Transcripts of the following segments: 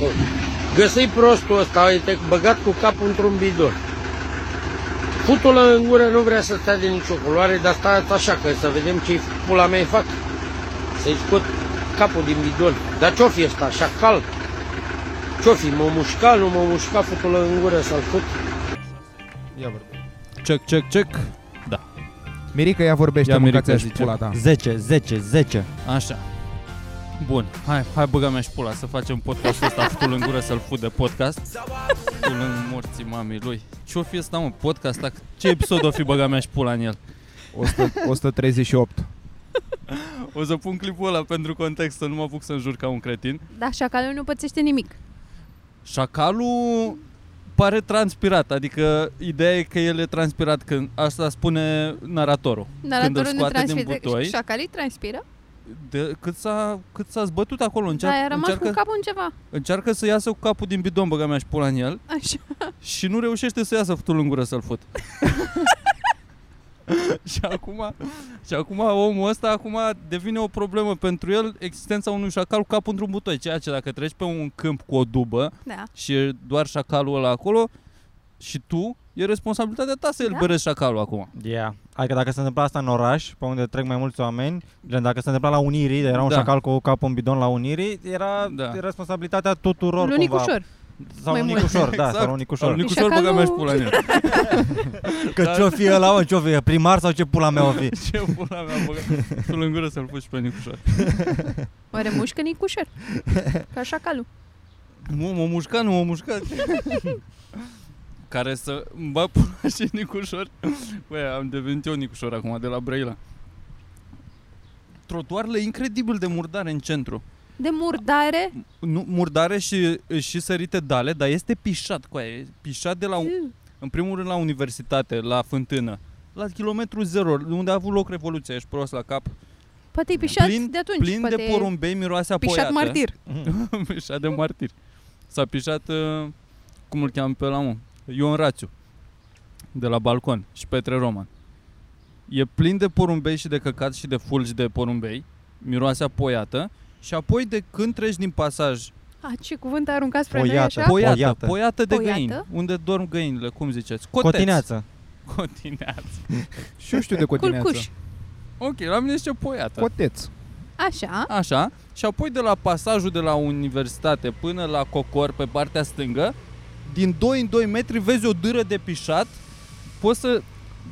Bun. Găsei prostul ăsta, e băgat cu capul într-un bidon. Futul în gură nu vrea să stea de nicio culoare, dar stați așa, că să vedem ce pula mea fac. Să-i scot capul din bidon. Dar ce-o fi ăsta, așa cald? Ce-o fi, mă mușca, nu mă mușca, futul în gură să-l fut? Ia vorbe. Check, check, check. Mirica, ea vorbește, Ia, ia Mirica, mâncați zice. pula ta. 10, 10, 10. Așa. Bun, hai, hai băga mea și pula să facem podcastul ăsta futul în gură să-l fut de podcast. Futul în morții mamei lui. Ce-o fi ăsta, mă, podcast ăsta? Ce episod o fi băga mea și pula în el? 100, 138. O să pun clipul ăla pentru context, să nu mă apuc să-mi jur ca un cretin. Dar Da, șacalul nu pățește nimic. Șacalul pare transpirat, adică ideea e că el e transpirat când asta spune naratorul. când îl Naratorul nu scoate din transpiră. butoi, Șacalii transpiră, de, cât, s-a, cât s-a zbătut acolo, dar a încearcă, Da, rămas cu încearcă, capul în ceva. încearcă să iasă cu capul din bidon, băga mea și pula în el. Așa. Și nu reușește să iasă futul în gură să-l fut. și acum, și acum omul ăsta acum devine o problemă pentru el existența unui șacal cu capul într-un butoi, ceea ce dacă treci pe un câmp cu o dubă Da. și e doar șacalul ăla acolo și tu, e responsabilitatea ta să Da. eliberezi șacalul acum. Yeah. Adică dacă se întâmpla asta în oraș, pe unde trec mai mulți oameni, gen dacă se întâmpla la Unirii, era un Da. șacal cu capul în bidon la Unirii, era Da. da. responsabilitatea tuturor Lunic cumva. ușor. Sau Mai mult. Unicușor, da, Exact. sau Unicușor. Nicușor Șacalul- băga mea și pula în el. Că ce-o fi ăla, mă, ce-o fi, primar sau ce pula mea o fi? Ce pula mea băga futul în gură să-l fut și pe Nicușor. Oare mușcă nicușor. Ca șacalul. Nu, m-a mușcat, nu m-a mușcat. Care să... Bă, pula și Nicușor. Băi, am devenit eu Nicușor acum, de la Brăila. Trotuarele incredibil de murdare în centru. De murdare. Nu, murdare și, și sărite dale, dar este pișat cu aia. E pișat de la, un- Iu. în primul rând la universitate, la fântână. La kilometru zero, unde a avut loc revoluția, ești prost la cap. Poate-i pișat Plin- de atunci. Plin poate de porumbei, miroase a Pișat poiată. martir. pișat de martir. S-a pișat, uh, cum îl cheamă pe ăla, mă? Ion Rațiu, de la balcon și Petre Roman. E plin de porumbei și de căcat și de fulgi de porumbei, miroase a poiată, și apoi de când treci din pasaj, A, ce cuvânt a aruncat spre noi Poiată. așa? Po- poiată, Poiată. poiată, poiată de Da. Poiată? găini, unde dorm găinile, cum ziceți? Coteț. Cotineață. Cotineață. Și eu știu de Culcuș. cotineață. Ok, la mine zice poiată. Coteț. Așa. Așa, și apoi de la pasajul de la universitate până la Cocor, pe partea stângă, din 2 în 2 metri vezi o dâră de pișat, poți să,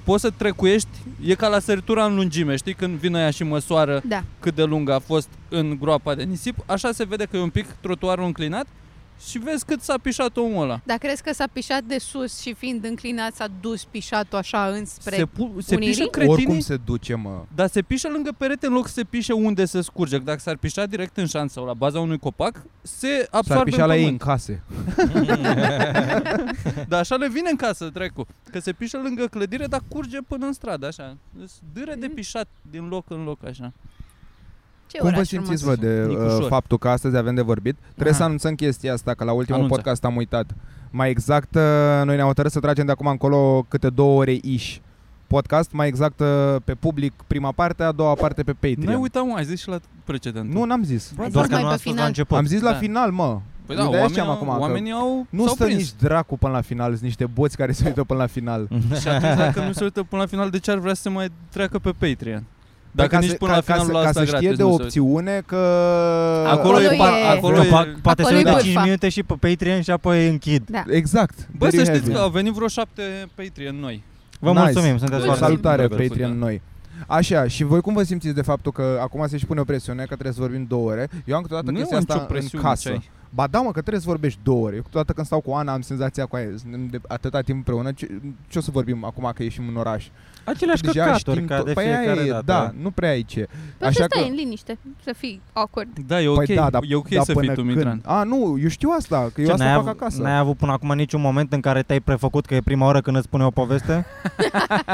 poți să trecuiești, e ca la săritura în lungime, știi, când vine aia și măsoară Da. cât de lungă a fost în groapa de nisip, așa se vede că e un pic trotuarul înclinat și vezi cât s-a pișat omul ăla. Dar crezi că s-a pișat de sus și fiind înclinat s-a dus pișatul așa înspre... Se, pu- se Unirii? pișă Oricum cretinii, se duce, mă. dar se pișă lângă perete în loc să se pișe unde se scurge. Dacă s-ar pișa direct în șansă sau la baza unui copac, se absorbe S-ar în pișa la ei pământ. în case. Dar așa le vine în casă, trecu. Că se pișă lângă clădire, dar curge până în stradă, așa. Îs Dâre de pișat din loc în loc, așa. Ce Cum vă oraș simțiți, vă, frumos. de Nicușor. uh, faptul că astăzi avem de vorbit? Trebuie Aha. să anunțăm chestia asta, că la ultimul Anunță. podcast am uitat. Mai exact, uh, noi ne-am hotărât să tragem de acum încolo câte două ore ish podcast, mai exact uh, pe public prima parte, a doua parte pe Patreon. Noi uitam, ai zis și la precedent. nu, n-am zis. Bă, Doar fost că mai nu pe a spus la final. început. Am zis la Da. final, mă. Păi da, De-aia oamenii, știam acum acum, că oamenii au Nu s-au stă prins. nici dracu până la final, sunt niște boți care se uită până la final. Și atunci dacă nu se uită până la final, de ce ar vrea să se mai treacă pe Patreon? Dacă Ca nici să- până ca, la ca, finalul să- ca asta să știe gratis de nu se uită. opțiune că... Acolo, Acolo e, par- e- acolo Că e, pa- poate să acolo e uite bârfa. 5 minute și pe Patreon și apoi închid. Da. Exact. Bă, Very să știți heavy. că au venit vreo șapte Patreon noi. Vă Nice. mulțumim, sunteți Mulțumim. foarte... Păi, Salutare, Drăguț, Patreon da. noi. Așa, și voi cum vă simțiți de faptul că acum se și pune o presiune, că trebuie să vorbim două ore? Eu am câteodată Nu e chestia nicio asta în presiune ce casă. ai. Ba da, mă, că trebuie să vorbești două ore. Eu câteodată când stau cu Ana am senzația cu aia, suntem de atâta timp împreună, ce, ce o să vorbim acum că ieșim în oraș? Aceleași căcaturi știm ca tot. de Păi aia fiecare e, dată. Da, nu prea ai ce. Păi Așa să stai că- în liniște, să fii awkward. Da, e ok, păi da, dar, e ok dar să până fii tu, Mitran. Când? A, nu, eu știu asta, că eu Ce, asta n-ai fac av- acasă. N-ai avut până acum niciun moment în care te-ai prefăcut că e prima oară când îți spune o poveste?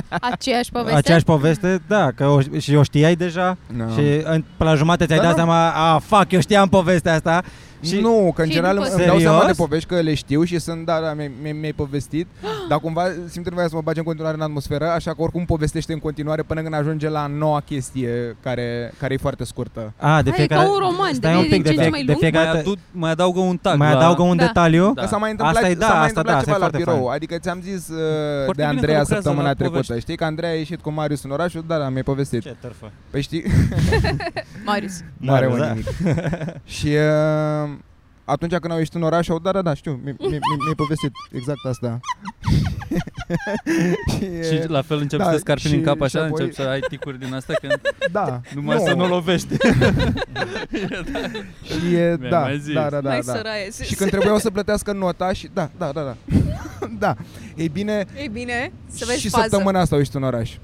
Aceeași poveste? Aceeași poveste? Da, că o, și o știai deja Na. și în, pe la jumate ți-ai Dar dat nu- seama, a, fuck, eu știam povestea asta Și- Da, nu, că în Și general după- îmi dau seama de Serios? povești că le știu și sunt, da, da, mi- mi- mi-ai povestit, dar cumva simt nevoia să mă bage în continuare în atmosferă, așa că oricum povestește în continuare până când ajunge la noua chestie care, care e foarte scurtă. A, de Hai, e fiecare... ca un roman, stai devine un pic, din de, ce în ce fie- mai de lung. fiecare Mai, dată... adaug, mai adaugă un tag. Mai la... adaugă un Da. detaliu. Da. Da. Că s-a mai întâmplat, Asta e, da, s-a mai asta întâmplat da, asta e ceva la foarte birou. fain. Adică ți-am zis uh, bine de că Andreea lucrează săptămâna la trecută. povești. Știi că Andreea a ieșit cu Marius în orașul? Da, da, mi-ai povestit. Ce târfă. Păi știi? Marius. Mare Da, un da. nimic. exact. Și uh, atunci când au ieșit în oraș, au da, da, da, știu, mi- mi- mi- mi-ai povestit exact asta. și, uh, Și la fel începi da, Da, să te scarpini și- în cap și așa, apoi- începi să ai ticuri din astea când da, numai să nu lovești. Și e, Mi-ai da, mai zis. da, da, Da, da, mai da. da. săraie. Și când trebuiau să plătească nota și da, da, da, da. da. Ei bine, E bine, să vezi și fază. săptămâna asta au ieșit în oraș.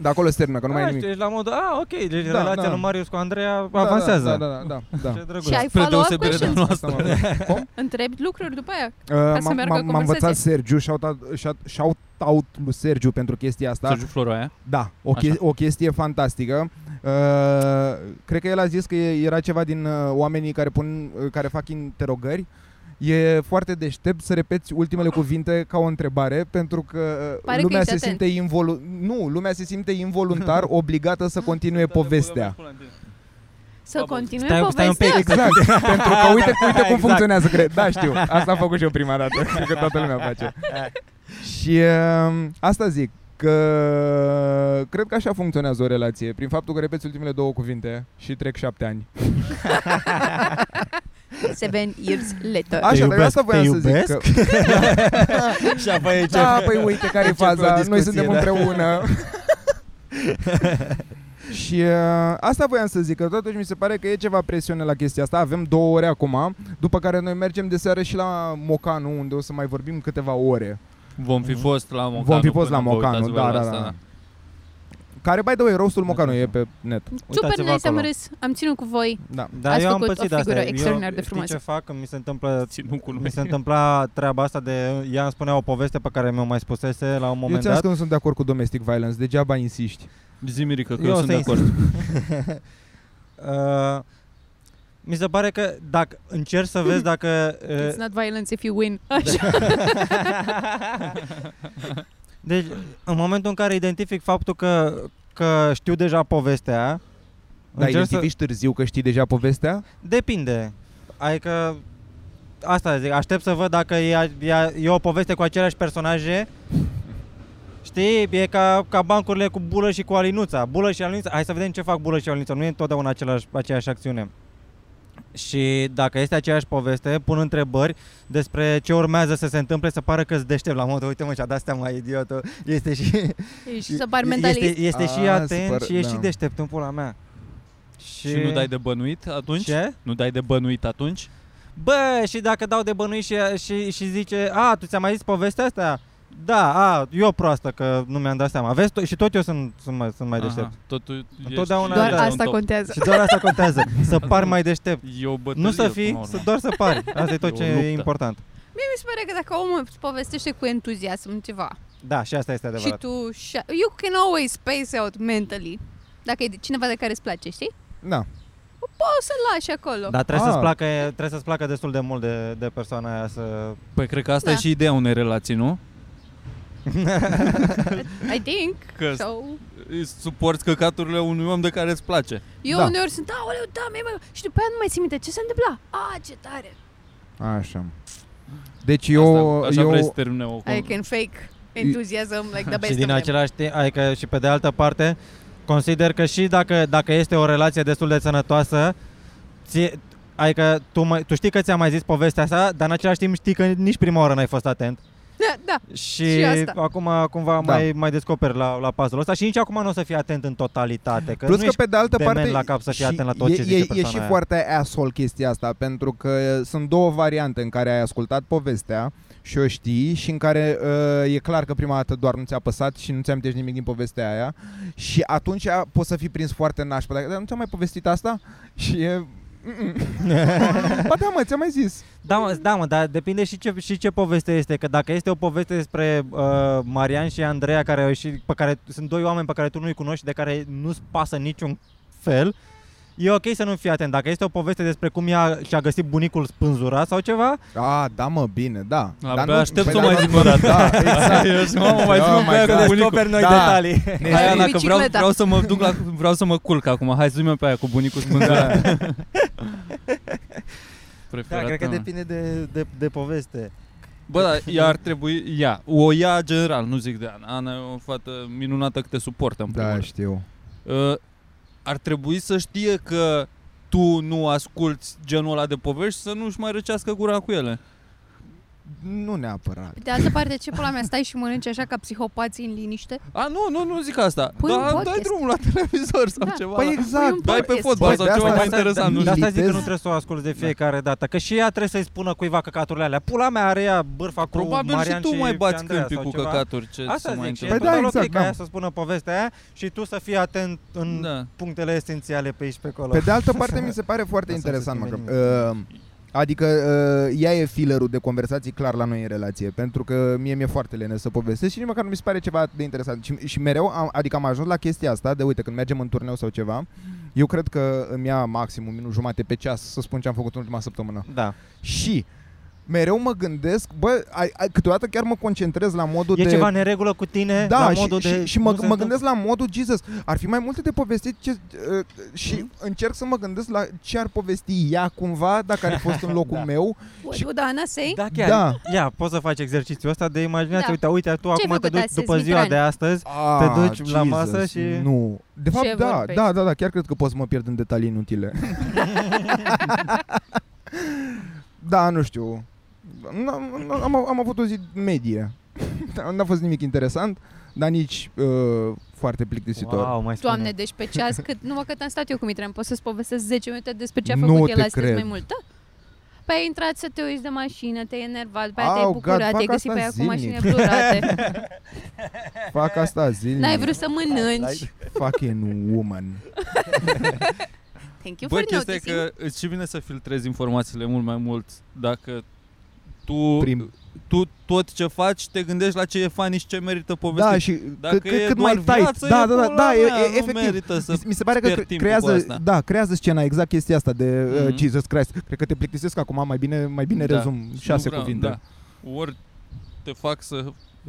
De acolo se termină, că nu mai e Ah, Da, nimic. știi, ești la modul, a, ok, deci Da, relația da. lui Marius cu Andreea Da, da, avansează. Da, da, da, da. Ce da. drăguț. Și ai Spre follow-up deosebire de questions? noastră. Asta mă Cum? Întrebi lucruri după aia? Uh, m-a- să meargă m-a- M-a învățat conversația. Sergiu, shout out, shout- shout out lui Sergiu pentru chestia asta. Da. Sergiu Floroaia. Da, o, Așa. che- o chestie fantastică. Uh, cred că el a zis că e, era ceva din uh, oamenii care pun uh, care fac interogări. E foarte deștept să repeți ultimele cuvinte ca o întrebare pentru că uh, Pare că lumea ești se atent. simte involu- nu, lumea se simte involuntar obligată să continue povestea. Să Babă. continui Stai- stai un povestea? pic. Exact, pentru că uite, uite cum Exact. funcționează, cred. Da, știu. Asta am făcut și eu prima dată, cred că toată lumea face. Da. Și um, asta zic, că cred că așa funcționează o relație, prin faptul că repeți ultimele două cuvinte și trec șapte ani. Exact. Seven years later. Așa, dar eu iubesc, asta voiam te să zic. Că, iubesc? Și apoi aici... da, păi uite care e Începe o faza, noi discuție, suntem da. împreună. Și uh, asta voiam să zic, că totuși mi se pare că e ceva presiune la chestia asta. Avem două ore acum, după care noi mergem de seară și la Mocanu, unde o să mai vorbim câteva ore. Vom fi fost la Mocanu. Vom fi fost până la vă Mocanu, uitați-vă da, la da, asta, da. Care, by the way, rostul Mocanu e Mergem. pe net. Super Uitați-vă nice, am acolo. râs. Am ținut cu voi. Da. Da, Ați eu am făcut o pățit figură astea. Eu- extraordinar de Știi frumoasă. ce fac? Mi se întâmplă Ținut cu mi noi. se întâmpla treaba asta de ea îmi spunea o poveste pe care mi-o mai spusese la un Eu moment ți-am dat. zis că nu sunt de acord cu domestic violence, degeaba insiști. Zi, Mirica, că Eu eu, o sunt să de acord. Uh, mi se pare că dacă încerci să vezi dacă It's uh, not violence if you win. Așa. deci în momentul în care identific faptul că că știu deja povestea Dar încerc să, Da, identifici târziu că știi deja povestea? Depinde. Adică asta zic, aștept să văd dacă e, a- e, a- e o poveste cu aceleași personaje. Știi, e ca, ca bancurile cu Bulă și cu Alinuța. Bulă și Alinuța, hai să vedem ce fac Bulă și Alinuța. Nu e întotdeauna același, aceeași acțiune. Și dacă este aceeași poveste, pun întrebări despre ce urmează să se întâmple, să pară că îți deștept la modul, uite mă, și-a dat seama, idiotul, este și... Ești să par mentalist. este, este și Ah, atent super, și e da. și deștept în pula mea. Și, Și nu dai de bănuit atunci? Ce? Nu dai de bănuit atunci? Bă, și dacă dau de bănuit și, și, și zice, a, tu ți-am mai zis povestea asta? Da, a, eu proastă că nu mi-am dat seama. Vezi, to- și tot eu sunt, sunt, mai, sunt mai deștept. Aha, Totul Întotdeauna Doar da, ești asta un top. contează. Și doar asta contează, să par mai deștept. E o bătălie, Nu să până fii, la să urmă. doar să pari. Asta e tot E o ce e luptă. important. Mie mi se pare că dacă omul îți povestește cu entuziasm ceva Da, și asta este și adevărat. tu... și- You can always space out mentally. Dacă e cineva de care îți place, știi? Da. Poți să-l lași acolo. Dar trebuie Ah. să-ți placă, trebuie să-ți placă destul de mult de, de persoana aia să... Păi cred că asta Da. e și ideea unei relații, nu? I think. Că- So... Îi Suporți căcaturile unui om de care îți place. Eu Da. da. uneori sunt, aoleu, da, mi-ai mai... Și după aia nu mai țin minte ce se întâmpla. A, ce tare. Așa. Deci eu... asta, așa eu vrei să termine o I can fake enthusiasm like the best și of din them. același timp, adică și pe de altă parte, consider că și dacă, dacă este o relație destul de sănătoasă, ție, adică tu, mă, tu știi că ți-am mai zis povestea asta, dar în același timp știi că nici prima oară n-ai fost atent. Da, da. Și, Și asta. acum cumva Da. mai, mai descoperi la, la puzzle-ul ăsta și nici acum nu o să fii atent în totalitate. Că Plus nu că ești pe de altă dement parte la cap să fii și atent la tot e, ce zice e, e persoana și aia. foarte asshole chestia asta Pentru că sunt două variante în care ai ascultat povestea și o știi și în care uh, e clar că prima dată doar nu ți-a păsat și nu ți-am amintești nimic din povestea aia și atunci poți să fii prins foarte nașpa. Dacă dar nu ți-am mai povestit asta și e... Mm-mm. ba da, mă, ți-am mai zis. Da, mă, da, mă, dar depinde și ce, și ce poveste este. Că dacă este o poveste despre uh, Marian și Andreea, care, au ieșit, pe care sunt doi oameni pe care tu nu-i cunoști, de care nu-ți pasă niciun fel, e ok să nu fii atent. Dacă este o poveste despre cum ea și-a găsit bunicul spânzura sau ceva, A, da mă, bine, da. Abia nu- aștept păi să da, mai da, zic o dată. Da, exact. Eu zic, mamă, mai Oh zi-mă my pe aia God. cu bunicul. descoperi noi Da. detalii. Ne- Hai, Hai, Ana, că vreau, bicicleta. vreau, să mă duc la, vreau să mă culc acum. Hai să pe aia cu bunicul spânzurat. Da, Preferata cred că mea. depinde de, de, de poveste. Bă, dar ea ar trebui, ea, o ea general, nu zic de Ana. Ana e o fată minunată că te suportă, în primul Da, rând. știu. Uh, ar trebui să știe că tu nu asculti genul ăla de povești să nu-și mai răcească gura cu ele. Nu neapărat. Pe de altă parte, ce pula mea, stai și mănânci așa ca psihopații în liniște? A, nu, nu, nu zic asta. Pui un da, dai podcast. drumul la televizor sau Da. ceva. Păi la... Pui exact. un Dai pe podcast. fotbal Băi, sau de ceva asta- mai asta- interesant. Nu Da. De știu. asta zic că nu Militez. trebuie să o asculti de fiecare dată, că și ea trebuie să-i spună cuiva căcaturile alea. Pula mea are ea bârfa cu Probabil Marian și tu mai pe bați Andreea câmpii sau cu ceva. căcaturi. Ce Asta se mai zic, și e Păi întâmplă. da, total exact, ok ca ea da. să spună povestea aia și tu să fii atent în Da. punctele esențiale pe aici pe acolo. Pe de altă parte, mi se pare foarte Asta să interesant, mă, schimbe că, uh, Adică uh, ea e fillerul de conversații clar la noi în relație Pentru că mie mi-e foarte lene să povestesc și nici măcar nu mi se pare ceva atât de interesant Și, și mereu, am, adică am ajuns la chestia asta de uite când mergem în turneu sau ceva Eu cred că îmi ia maxim un minut jumate pe ceas să spun ce am făcut în ultima săptămână Da. Și mereu mă gândesc, bă, ai, ai, câteodată chiar mă concentrez la modul E de... ceva neregulă cu tine? da, la și, modul și, de, și mă, nu se mă întâmplă? gândesc la modul Jesus, ar fi mai multe de povestit ce, uh, și Mhm. încerc să mă gândesc la ce ar povesti ea cumva dacă ar fi fost în locul Da. meu. What would Ana say? Da, chiar. Da. Ia, poți să faci exercițiul ăsta de imaginație. Da. Uite, uite, tu acum făcut te duci astăzi, după ziua Mitran? de astăzi. Ah, duci la masă și- Nu. De fapt, Ce da, vorbești? da, da, da, chiar cred că pot să mă pierd în detalii inutile. da, nu știu. N-am- n-am- Am, am avut o zi medie. Da, N-a fost nimic interesant, dar nici uh, foarte plictisitor. Wow, mai spune. Doamne, deci pe ceas, cât, numai cât am stat eu cu Mitran, pot să-ți povestesc 10 minute despre ce a Nu făcut el te astăzi cred. mai mult. Da. Păi ai intrat să te uiți de mașină, te-ai enervat, pe aia Au, te-ai gata, bucurat, te-ai fac găsit pe asta aia cu zilnic. mașini plurate, Fac asta zilnic. n-ai vrut să mănânci. Fucking woman. Thank you Bă, for chestia e noticing. că îți și vine să filtrezi informațiile mult mai mult dacă tu, Prim. tu tot ce faci te gândești la ce e funny și ce merită povestit. Da, și Dacă cât, cât, e cât doar mai tight. viață, Da, e da, da, pula da, e, mea, e nu efectiv. merită să Mi se- Mi se pare că pierd cre- timpul cu creează, asta. da, creează scena exact chestia asta de uh, Mhm. Jesus Christ. Cred că te plictisesc acum, mai bine mai bine Da. rezum Și șase nu vreau, cuvinte. Da. Ori te fac să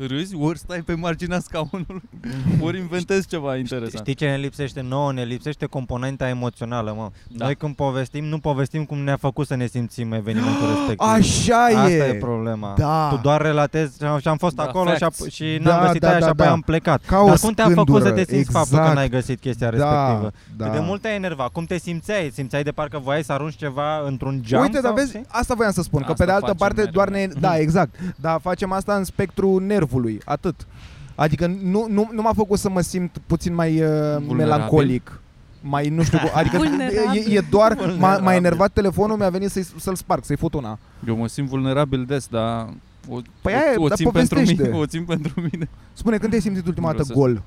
râzi, ori stai pe marginea scaunului, ori inventezi ceva interesant. Știi ce ne lipsește nouă? Ne lipsește componenta emoțională, mă. Da. Da. Noi când povestim, nu povestim cum ne-a făcut să ne simțim evenimentul respectiv. Așa Asta e. e problema. Da. Tu doar relatezi și am- și am fost Da, acolo și, facts. ap- și n-am Da, găsit da, aia da, și apoi da. am plecat. Ca o Dar cum te-a faptul scândură, să te simți faptul că exact. n-ai găsit chestia da, respectivă? da. Cât de mult te-ai enervat? Cum te simțeai? Simțeai de parcă voiai să arunci ceva într-un geam? Uite, dar sau vezi, ce? asta voiam să spun, că Asta pe de altă facem parte mereu. doar ne... Da, exact. Dar facem asta în spectru nervului, atât. Adică nu, nu, nu m-a făcut să mă simt puțin mai uh, Vulnerabil. melancolic. Mai nu știu, cum- adică Vulnerabil. e, e doar, m-a, m-a Vulnerabil. enervat telefonul, mi-a venit să-i, să-l sparg, să-i fut una. Eu mă simt vulnerabil des, dar o, Păi o, aia e, o dar țin pentru povestește. mine, o țin pentru mine. Spune, când te-ai simțit ultima Vreau dată să- gol?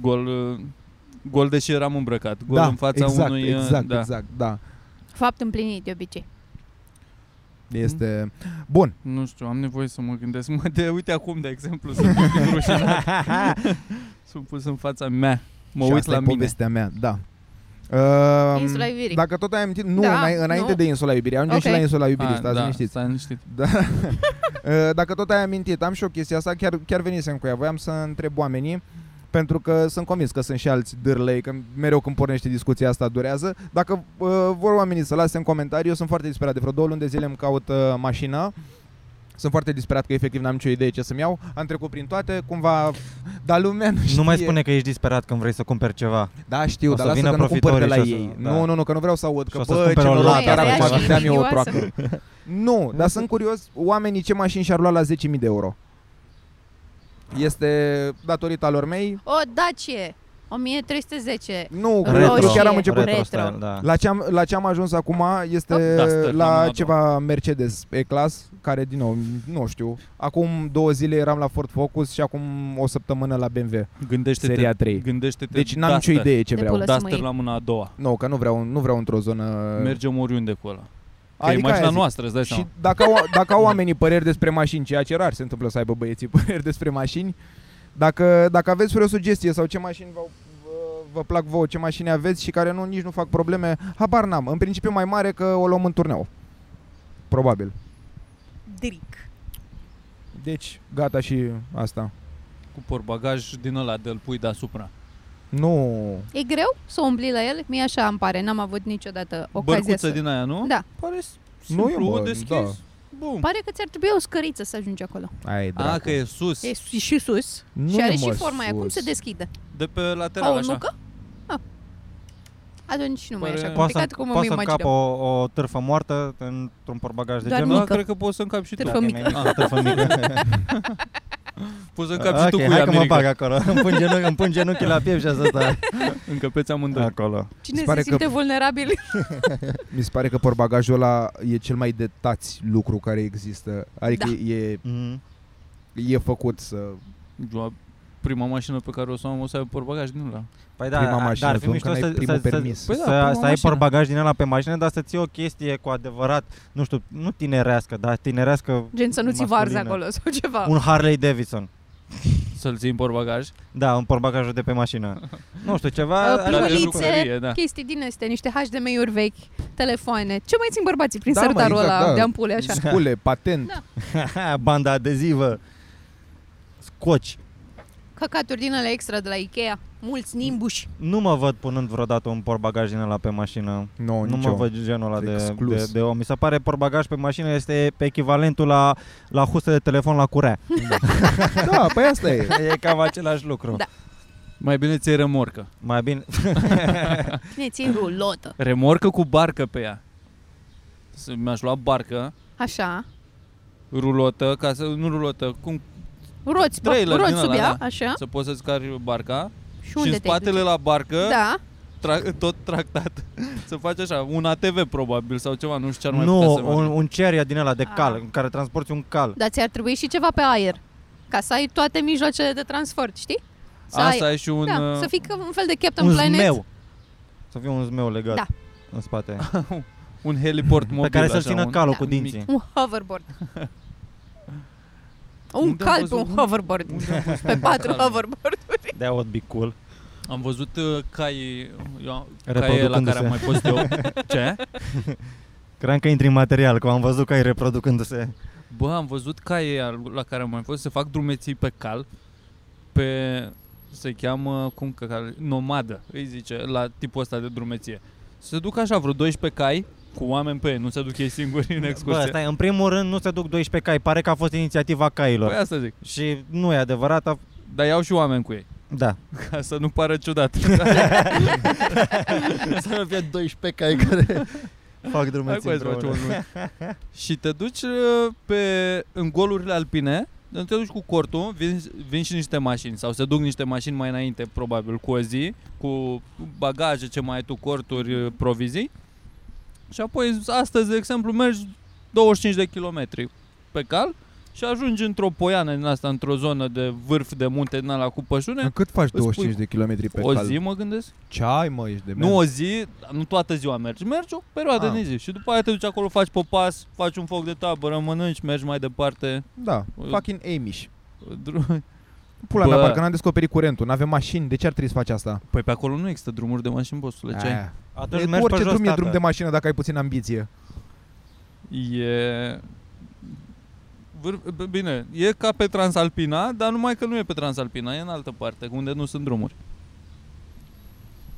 Gol, uh, gol deși eram îmbrăcat, gol da, în fața exact, unui... uh, exact, da. exact, da. Fapt împlinit de obicei. Este... Bun, Nu știu, am nevoie să mă gândesc. Mă, de, uite acum, de exemplu, sunt un pic rușinat. sunt pus în fața mea. Mă și uit asta la e mine. povestea mea, da. Uh, Insula Iubirii. Dacă tot ai amintit, nu, Da, da, înainte nu. de Insula Iubirii, ajungem Ok. și la Insula Iubirii, Ah, stați da, liniștiți. stai liniștit. Da. Uh, Dacă tot ai amintit, am și o chestie asta, chiar, chiar venisem cu ea. Voiam să întreb oamenii, pentru că sunt convins că sunt și alți dârlei, că mereu când pornește discuția asta durează. Dacă uh, vor oamenii să lase în comentarii, eu sunt foarte disperat. De vreo două luni de zile îmi caut uh, mașina. Sunt foarte disperat că efectiv n-am nicio idee ce să-mi iau. Am trecut prin toate, cumva... Dar lumea nu știe. Nu mai spune că ești disperat când vrei să cumperi ceva. Da, știu, O dar să lasă vină că nu cumpăr de la profitorii și o ei. să- da. Nu, nu, nu, că nu vreau să aud. Și Că, o să-ți bă, cumpere ce o noroc lată da. că aia aveam, și aveam eu o invidioasă. troacă. Nu, dar sunt curios oamenii ce mașini și-ar lua la 10.000 de euro. Este datorită lor mei. O Dacie, 1310. Nu, Retro. eu chiar am început. Retro. style, da. La ce, am, la ce am ajuns acum este Da, stă, la mâna la a ceva Mercedes E-Class, care din nou, nu știu, acum două zile eram la Ford Focus și acum o săptămână la BMW, Gândește-te, seria 3. gândește-te Deci n-am nicio Duster. idee ce De vreau. pulă. Nu, Lăsă-mă Duster ei. la mâna a doua. că nu vreau, nu vreau într-o zonă... Mergem oriunde cu ăla. Că e Ă. Adică aia mașina zic. noastră, îți dai Și seama. dacă au, dacă au oamenii păreri despre mașini, ceea ce rar se întâmplă să aibă băieții păreri despre mașini, dacă, dacă aveți vreo sugestie sau ce mașini v-au, vă- vă plac vouă, ce mașini aveți și care nu, nici nu fac probleme, habar n-am. În principiu mai mare că o luăm în turneu. Probabil. Dric. Deci, gata și asta. cu porbagaj din ăla de-l pui deasupra. Nu. E greu să umbli la el? Mie așa îmi pare, n-am avut niciodată ocazia Bărcuță să... din aia, nu? Da. Pare Nu nu e, simplu, mă, o deschizi. da. Bum. Pare că ți-ar trebui o scăriță să ajungi acolo. Ai, dracu. A, că e sus. E su- și sus Nu și are e, și mă, forma aia. Cum sus. se deschide? De pe Ca lateral, o așa. nucă? Ah. Atunci nu mai e Pare- Poate așa Păi, complicat să, cum îmi poate să încapă imaginam. o, o târfă moartă într-un porbagaj de Doar genul Da, mică. cred că poți să încap și tu. Târfă mică. Ah, târfă mică. Poți să încapi și tu Ok, cu hai ea, că mă bag Mirica. acolo. Îmi pun, genunchi, îmi pun genunchii la piept și asta stai Încăpeți Da, amândoi. acolo. Cine se se pare simte că- vulnerabil? Mi se pare că porbagajul ăla e cel mai detați lucru care există. Adică Da. e, Mm. e făcut să... Eu- Prima mașină pe care o să o am o să ai porbagaj din ăla. Păi da, Prima a- mașină, dar ar fi tu încă mișto n-ai să, primul să, permis. Să, Păi da, să, prima să ai mașină. porbagaj din ăla pe mașină, dar să ții o chestie cu adevărat, nu știu, nu tinerească, dar tinerească, Gen să nu ți varzi Masculină. acolo sau ceva. un Harley Davidson. Să-l ții în porbagaj. Da, un porbagajul de pe mașină. nu știu, ceva... Uh, așa- Dar de Plulițe, jucărie, da. Chestii din astea, niște HDMI-uri vechi, telefoane. Ce mai țin bărbații prin Da, mă, sertarul exact, ăla da. de ampule așa? Scule, patent. Da. Banda adezivă. Scoci. Căcaturi din alea extra de la Ikea. Mulți nimbuși. Nu mă văd punând vreodată un porbagaj din ăla pe mașină. No, Nu nicio. mă văd genul ăla de, Exclus. de, de om. Mi se pare porbagaj pe mașină este pe echivalentul la, la husă de telefon la curea. Da, păi asta e. e cam același lucru. Da. Mai bine ți-ai remorcă. Mai bine... Ne țin rulotă. Remorcă cu barcă pe ea. Să- Mi-aș lua barcă, Așa. rulotă, ca să, nu rulotă, cum, Roți, pe, Trailer roți din sub ăla, ea, da. așa. să poți să-ți cari barca Și și unde în te duci? spatele la barcă, Da. tra- tot tractat. să faci așa, un ATV probabil sau ceva, nu știu ce ar mai putea Nu, să un, mai- un ceria din ăla de Ah. cal, în care transporti un cal. Dar ți-ar trebui și ceva pe aer. Ca să ai toate mijloacele de transport, știi? Să Asta ai, e și un... da, uh, să fii ca un fel de Captain Un Planet. zmeu. Să fie un zmeu legat Da. în spate. un heliport mobil. pe care să-l așa, țină un... calul cu un dinții. Un hoverboard. Un Unde am cal pe văzut un un- hoverboard. unde am văzut Pe un patru cal? hoverboard. That would be cool. Am văzut uh, cai, eu, cai la care Reproducându-se. am mai fost eu. Ce? Cream că intri în material, că am văzut că ai reproducându-se. Bă, am văzut cai la care am mai fost, se fac drumeții pe cal, pe, se cheamă, cum că cal, nomadă, îi zice, la tipul ăsta de drumeție. Se duc așa vreo 12 cai, cu oameni pe ei, nu se duc ei singuri în Bă, excursie. stai, în primul rând nu se duc 12 cai, pare că a fost inițiativa cailor. Păi asta zic. Și nu e adevărat, a... Dar iau și oameni cu ei, da. ca să nu pară ciudat. Să nu fie 12 cai care fac Hai drumeții cu aia să facem împreună. un nume. Și te duci uh, pe, în golurile alpine, te duci cu cortul, vin, vin și niște mașini sau se duc niște mașini mai înainte, probabil, cu o zi, cu bagaje, ce mai ai tu, corturi, uh, provizii. Și apoi, astăzi, de exemplu, mergi 25 de kilometri pe cal și ajungi într-o poiană din asta, într-o zonă de vârf de munte din ala cu În pășune. cât faci pui 25 de kilometri pe O cal? zi, mă gândesc. Ce ai, mă, ești de Nu o zi, nu toată ziua mergi, mergi o perioadă Ah. de zi și după aia te duci acolo, faci popas, faci un foc de tabără, mănânci, mergi mai departe. Da, fucking Amish. Dru- Pula Bă. mea, parcă n-am descoperit curentul, n-avem mașini, de ce ar trebui să faci asta? Păi pe acolo nu există drumuri de mașini, bostule, ce ai? Aia. Atunci E, mergi orice pe jos, drum e tată. drum de mașină dacă ai puțin ambiție. E... Vâr- b- Bine, e ca pe Transalpina, dar numai că nu e pe Transalpina, e în altă parte, unde nu sunt drumuri.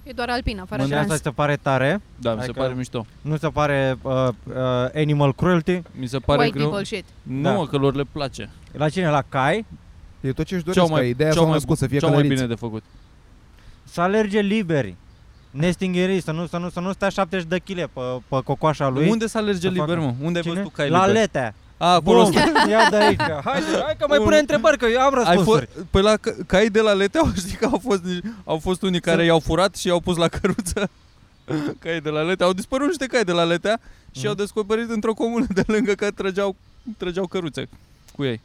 E doar alpina, fără Și asta trans. ți se pare tare, Da, mi Hai se că- pare mișto. nu ți se pare uh, uh, animal cruelty. Mi se pare White greu. people shit. Nu, Da. mă, că lor le place. La cine? La cai? E tot ce-și Ce-au doresc, mai, mai, ideea ce-au s-a mai, născut să fie ce-au mai călăriți. bine de făcut. Să alerge liberi. Nestingherii, să nu, să nu, să nu stai 70 de chile pe, pe cocoașa lui. Unde să alerge Să liber, facă- mă? Unde ai Cine? văzut tu cai La liber? letea. A, acolo Bun, sunt. ia de aici. Hai, hai că mai Bun. pune întrebări, că eu am Ai răspunsuri. fost, pe la c- cai de la Leteau, știi că au fost, nici- au fost unii care i-au furat și i-au pus la căruță cai de la Letea. Au dispărut niște cai de la Letea și Mhm. au descoperit într-o comună de lângă că trăgeau, trăgeau căruțe cu ei.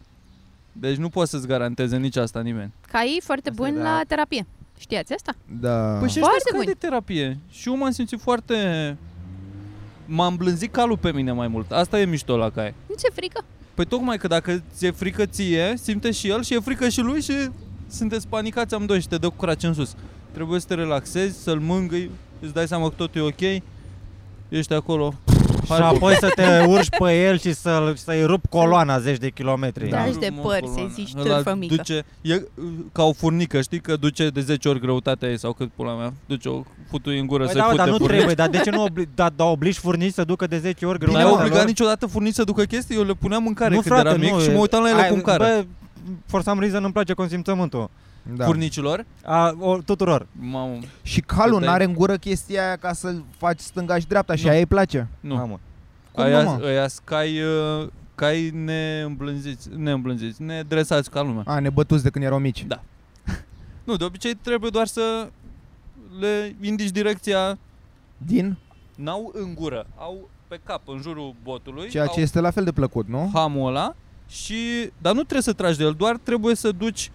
Deci nu poți să-ți garanteze nici asta nimeni. Caii foarte Asta e buni da. la terapie. Știați asta? Da. Păi și Foarte ăștia sunt cai buni. de terapie. Și eu m-am simțit foarte... M-am blânzit calul pe mine mai mult. Asta e mișto la cai. Nu ți-e frică? Păi tocmai că dacă ți-e frică ție, simte și el și e frică și lui și sunteți panicați amândoi și te dă cu craci în sus. Trebuie să te relaxezi, să-l mângâi, îți dai seama că totul e ok, ești acolo. Și apoi să te urci pe el și să-l, să-i rup coloana zeci de kilometri. Păi Da. Tragi de păr, să-i zici târfă mică. Duce, e ca o furnică, știi, că duce de 10 ori greutatea ei sau cât pula mea. Duce o futui în gură Păi să da, mă, fute dar nu furnici. trebuie, dar de ce nu obli- da, da, obligi furnici să ducă de 10 ori Nu ai greutatea obligat lor? niciodată furnici să ducă chestii? Eu le puneam în care nu, când frate, eram mic nu, și e- mă uitam la ele ai- cu în care. Bă, for some reason îmi place consimțământul. Da. Furnicilor? A, o, tuturor. Mamă, Și calul Îți dai- n-are în gură chestia aia ca să faci stânga și dreapta și Nu. aia îi place. nu. Mamă. Cum aia, nu, mă? aia cai, uh, cai neîmblânziți, neîmblânziți, nedresați ca lumea. A, ne bătuți de când erau mici. Da. Nu, de obicei trebuie doar să le indici direcția, Din n-au în gură, au pe cap, în jurul botului, ceea au ce este la fel de plăcut, nu? hamul ăla, și, dar nu trebuie să tragi de el, doar trebuie să duci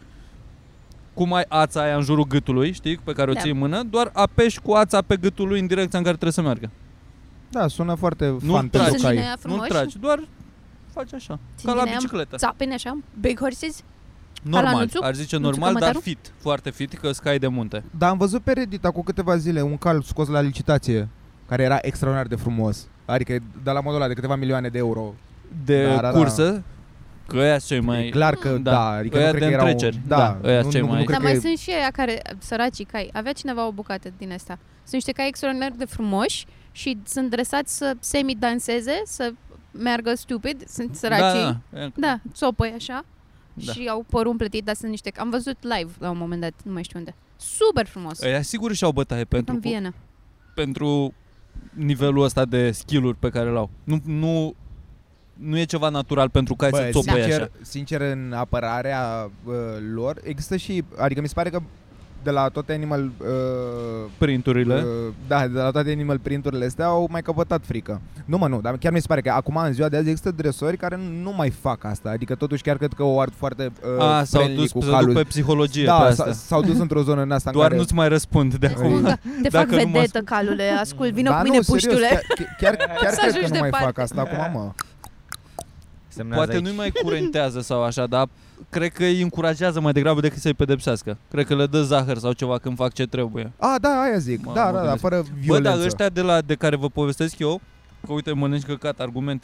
cum ai ața aia în jurul gâtului, știi, pe care o Da. ții în mână, doar apeși cu ața pe gâtul lui în direcția în care trebuie să meargă. Da, sună foarte Nu fan pentru tragi. Sunt din cai. aia Nu frumoși? tragi, doar faci așa, Țin ca la din aia bicicletă. Țapini așa, big horses? Ala Normal, Nuțu? aș zice Nuțu normal, dar Cămătaru? fit, foarte fit, că scai de munte. Dar am văzut pe Reddit acum câteva zile un cal scos la licitație care era extraordinar de frumos. Adică, dar la modul ăla de câteva milioane de euro. De Da, da, da, da. cursă, că ăia cei E mai... clar că da, da, adică nu ăia cred de că erau... întreceri, Da, da, ăia nu, cei nu, mai- nu Dar cred mai că sunt și aia care, săracii cai, avea cineva o bucată din asta. Sunt niște cai extraordinar de frumoși și sunt dresați să semi-danseze, să meargă stupid, sunt săracii. Da, da, da. Da, țopăi așa. Da. Da. Și au părul împletit, dar sunt niște... Am văzut live la un moment dat, nu mai știu unde. Super frumos! Ăia sigur și-au bătaie pentru, în Viena. pentru nivelul ăsta de skill-uri pe care l-au. Nu, nu, nu e ceva natural pentru cai să Bă, țopăi sincer, așa. sincer, în apărarea uh, lor, există și, adică mi se pare că de la toate animal uh, Printurile. Uh, Da, de la toate animal printurile astea au mai căpătat frică. Nu mă, nu, dar chiar mi se pare că acum în ziua de azi există dresori care nu mai fac asta. Adică totuși chiar cred că o ard foarte uh, A, s-au friendly dus cu să duc calul. pe psihologie pe da, asta. s-a- s-au dus într-o zonă în asta Doar în care... nu-ți mai răspund de acum. Spun că Te fac Dacă nu mă vedetă, calule, ascult, vină da, cu mine, nu, serios, puștiule. chiar, chiar, chiar Să cred că ajungi nu mai departe. fac asta acum, mă. Semnează Poate aici. nu-i mai curentează sau așa, dar cred că îi încurajează mai degrabă decât să-i pedepsească. Cred că le dă zahăr sau ceva când fac ce trebuie. A, da, aia zic. Mă, da, mă da, da, gândesc. fără Bă, violență. dar ăștia de, la, de care vă povestesc eu, că uite, mănânci căcat, argument,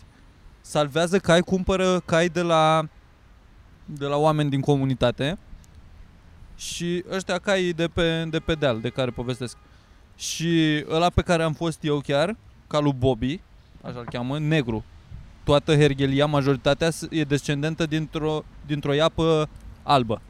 salvează cai, cumpără cai de la, de la oameni din comunitate și ăștia cai de pe, de pe deal, de care povestesc. Și ăla pe care am fost eu chiar, calul Bobby, așa-l cheamă, negru. Toată herghelia, majoritatea, s- e descendentă dintr-o, dintr-o iapă albă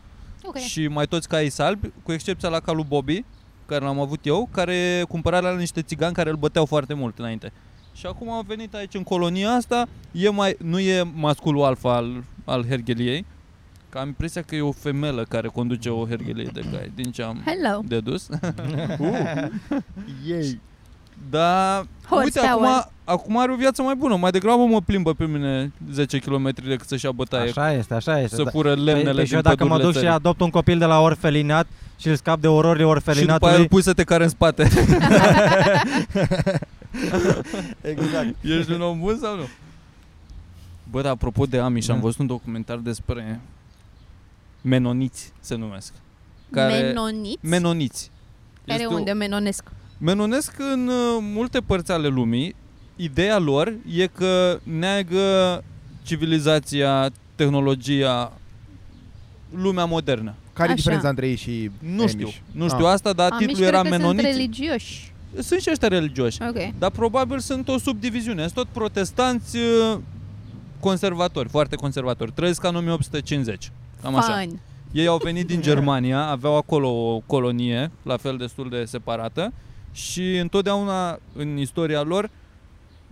Okay. și mai toți caii salbi, cu excepția la calul Bobby, care l-am avut eu, care cumpăra la niște țigani care îl băteau foarte mult înainte. Și acum am venit aici în colonia asta, e mai, nu e masculul alfa al, al hergheliei, că am impresia că e o femelă care conduce o herghelie de cai, din ce am Hello, dedus. Uh. Ei. Dar, uite, acum, horsepower. acum are o viață mai bună, mai degrabă mă plimbă pe mine 10 km decât să-și ia bătaie, Așa este, așa este. să da. fură lemnele Păi, din și eu dacă mă pădurile duc și țării. adopt un copil de la orfelinat și îl scap de ororile și după aia orfelinatului, îl pui să te care în spate. Exact. Ești un om bun sau nu? Bă, dar apropo de Amish, Da. am văzut un documentar despre menoniți, se numesc. Care- Menoniți? Menoniți. Care Este o- unde menonesc? Menonesc în uh, multe părți ale lumii. Ideea lor e că neagă civilizația, tehnologia, lumea modernă. Care e Așa. diferența între ei și Nu știu, Amish? nu știu Ah. asta, dar Amici titlul cred era că sunt Menoniți. religioși. Sunt și ăștia religioși. Ok. Dar probabil sunt o subdiviziune. Sunt tot protestanți uh, conservatori, foarte conservatori. Trăiesc ca în 1850. Cam așa. Fun. Ei au venit din Germania, aveau acolo o colonie, la fel destul de separată și întotdeauna în istoria lor,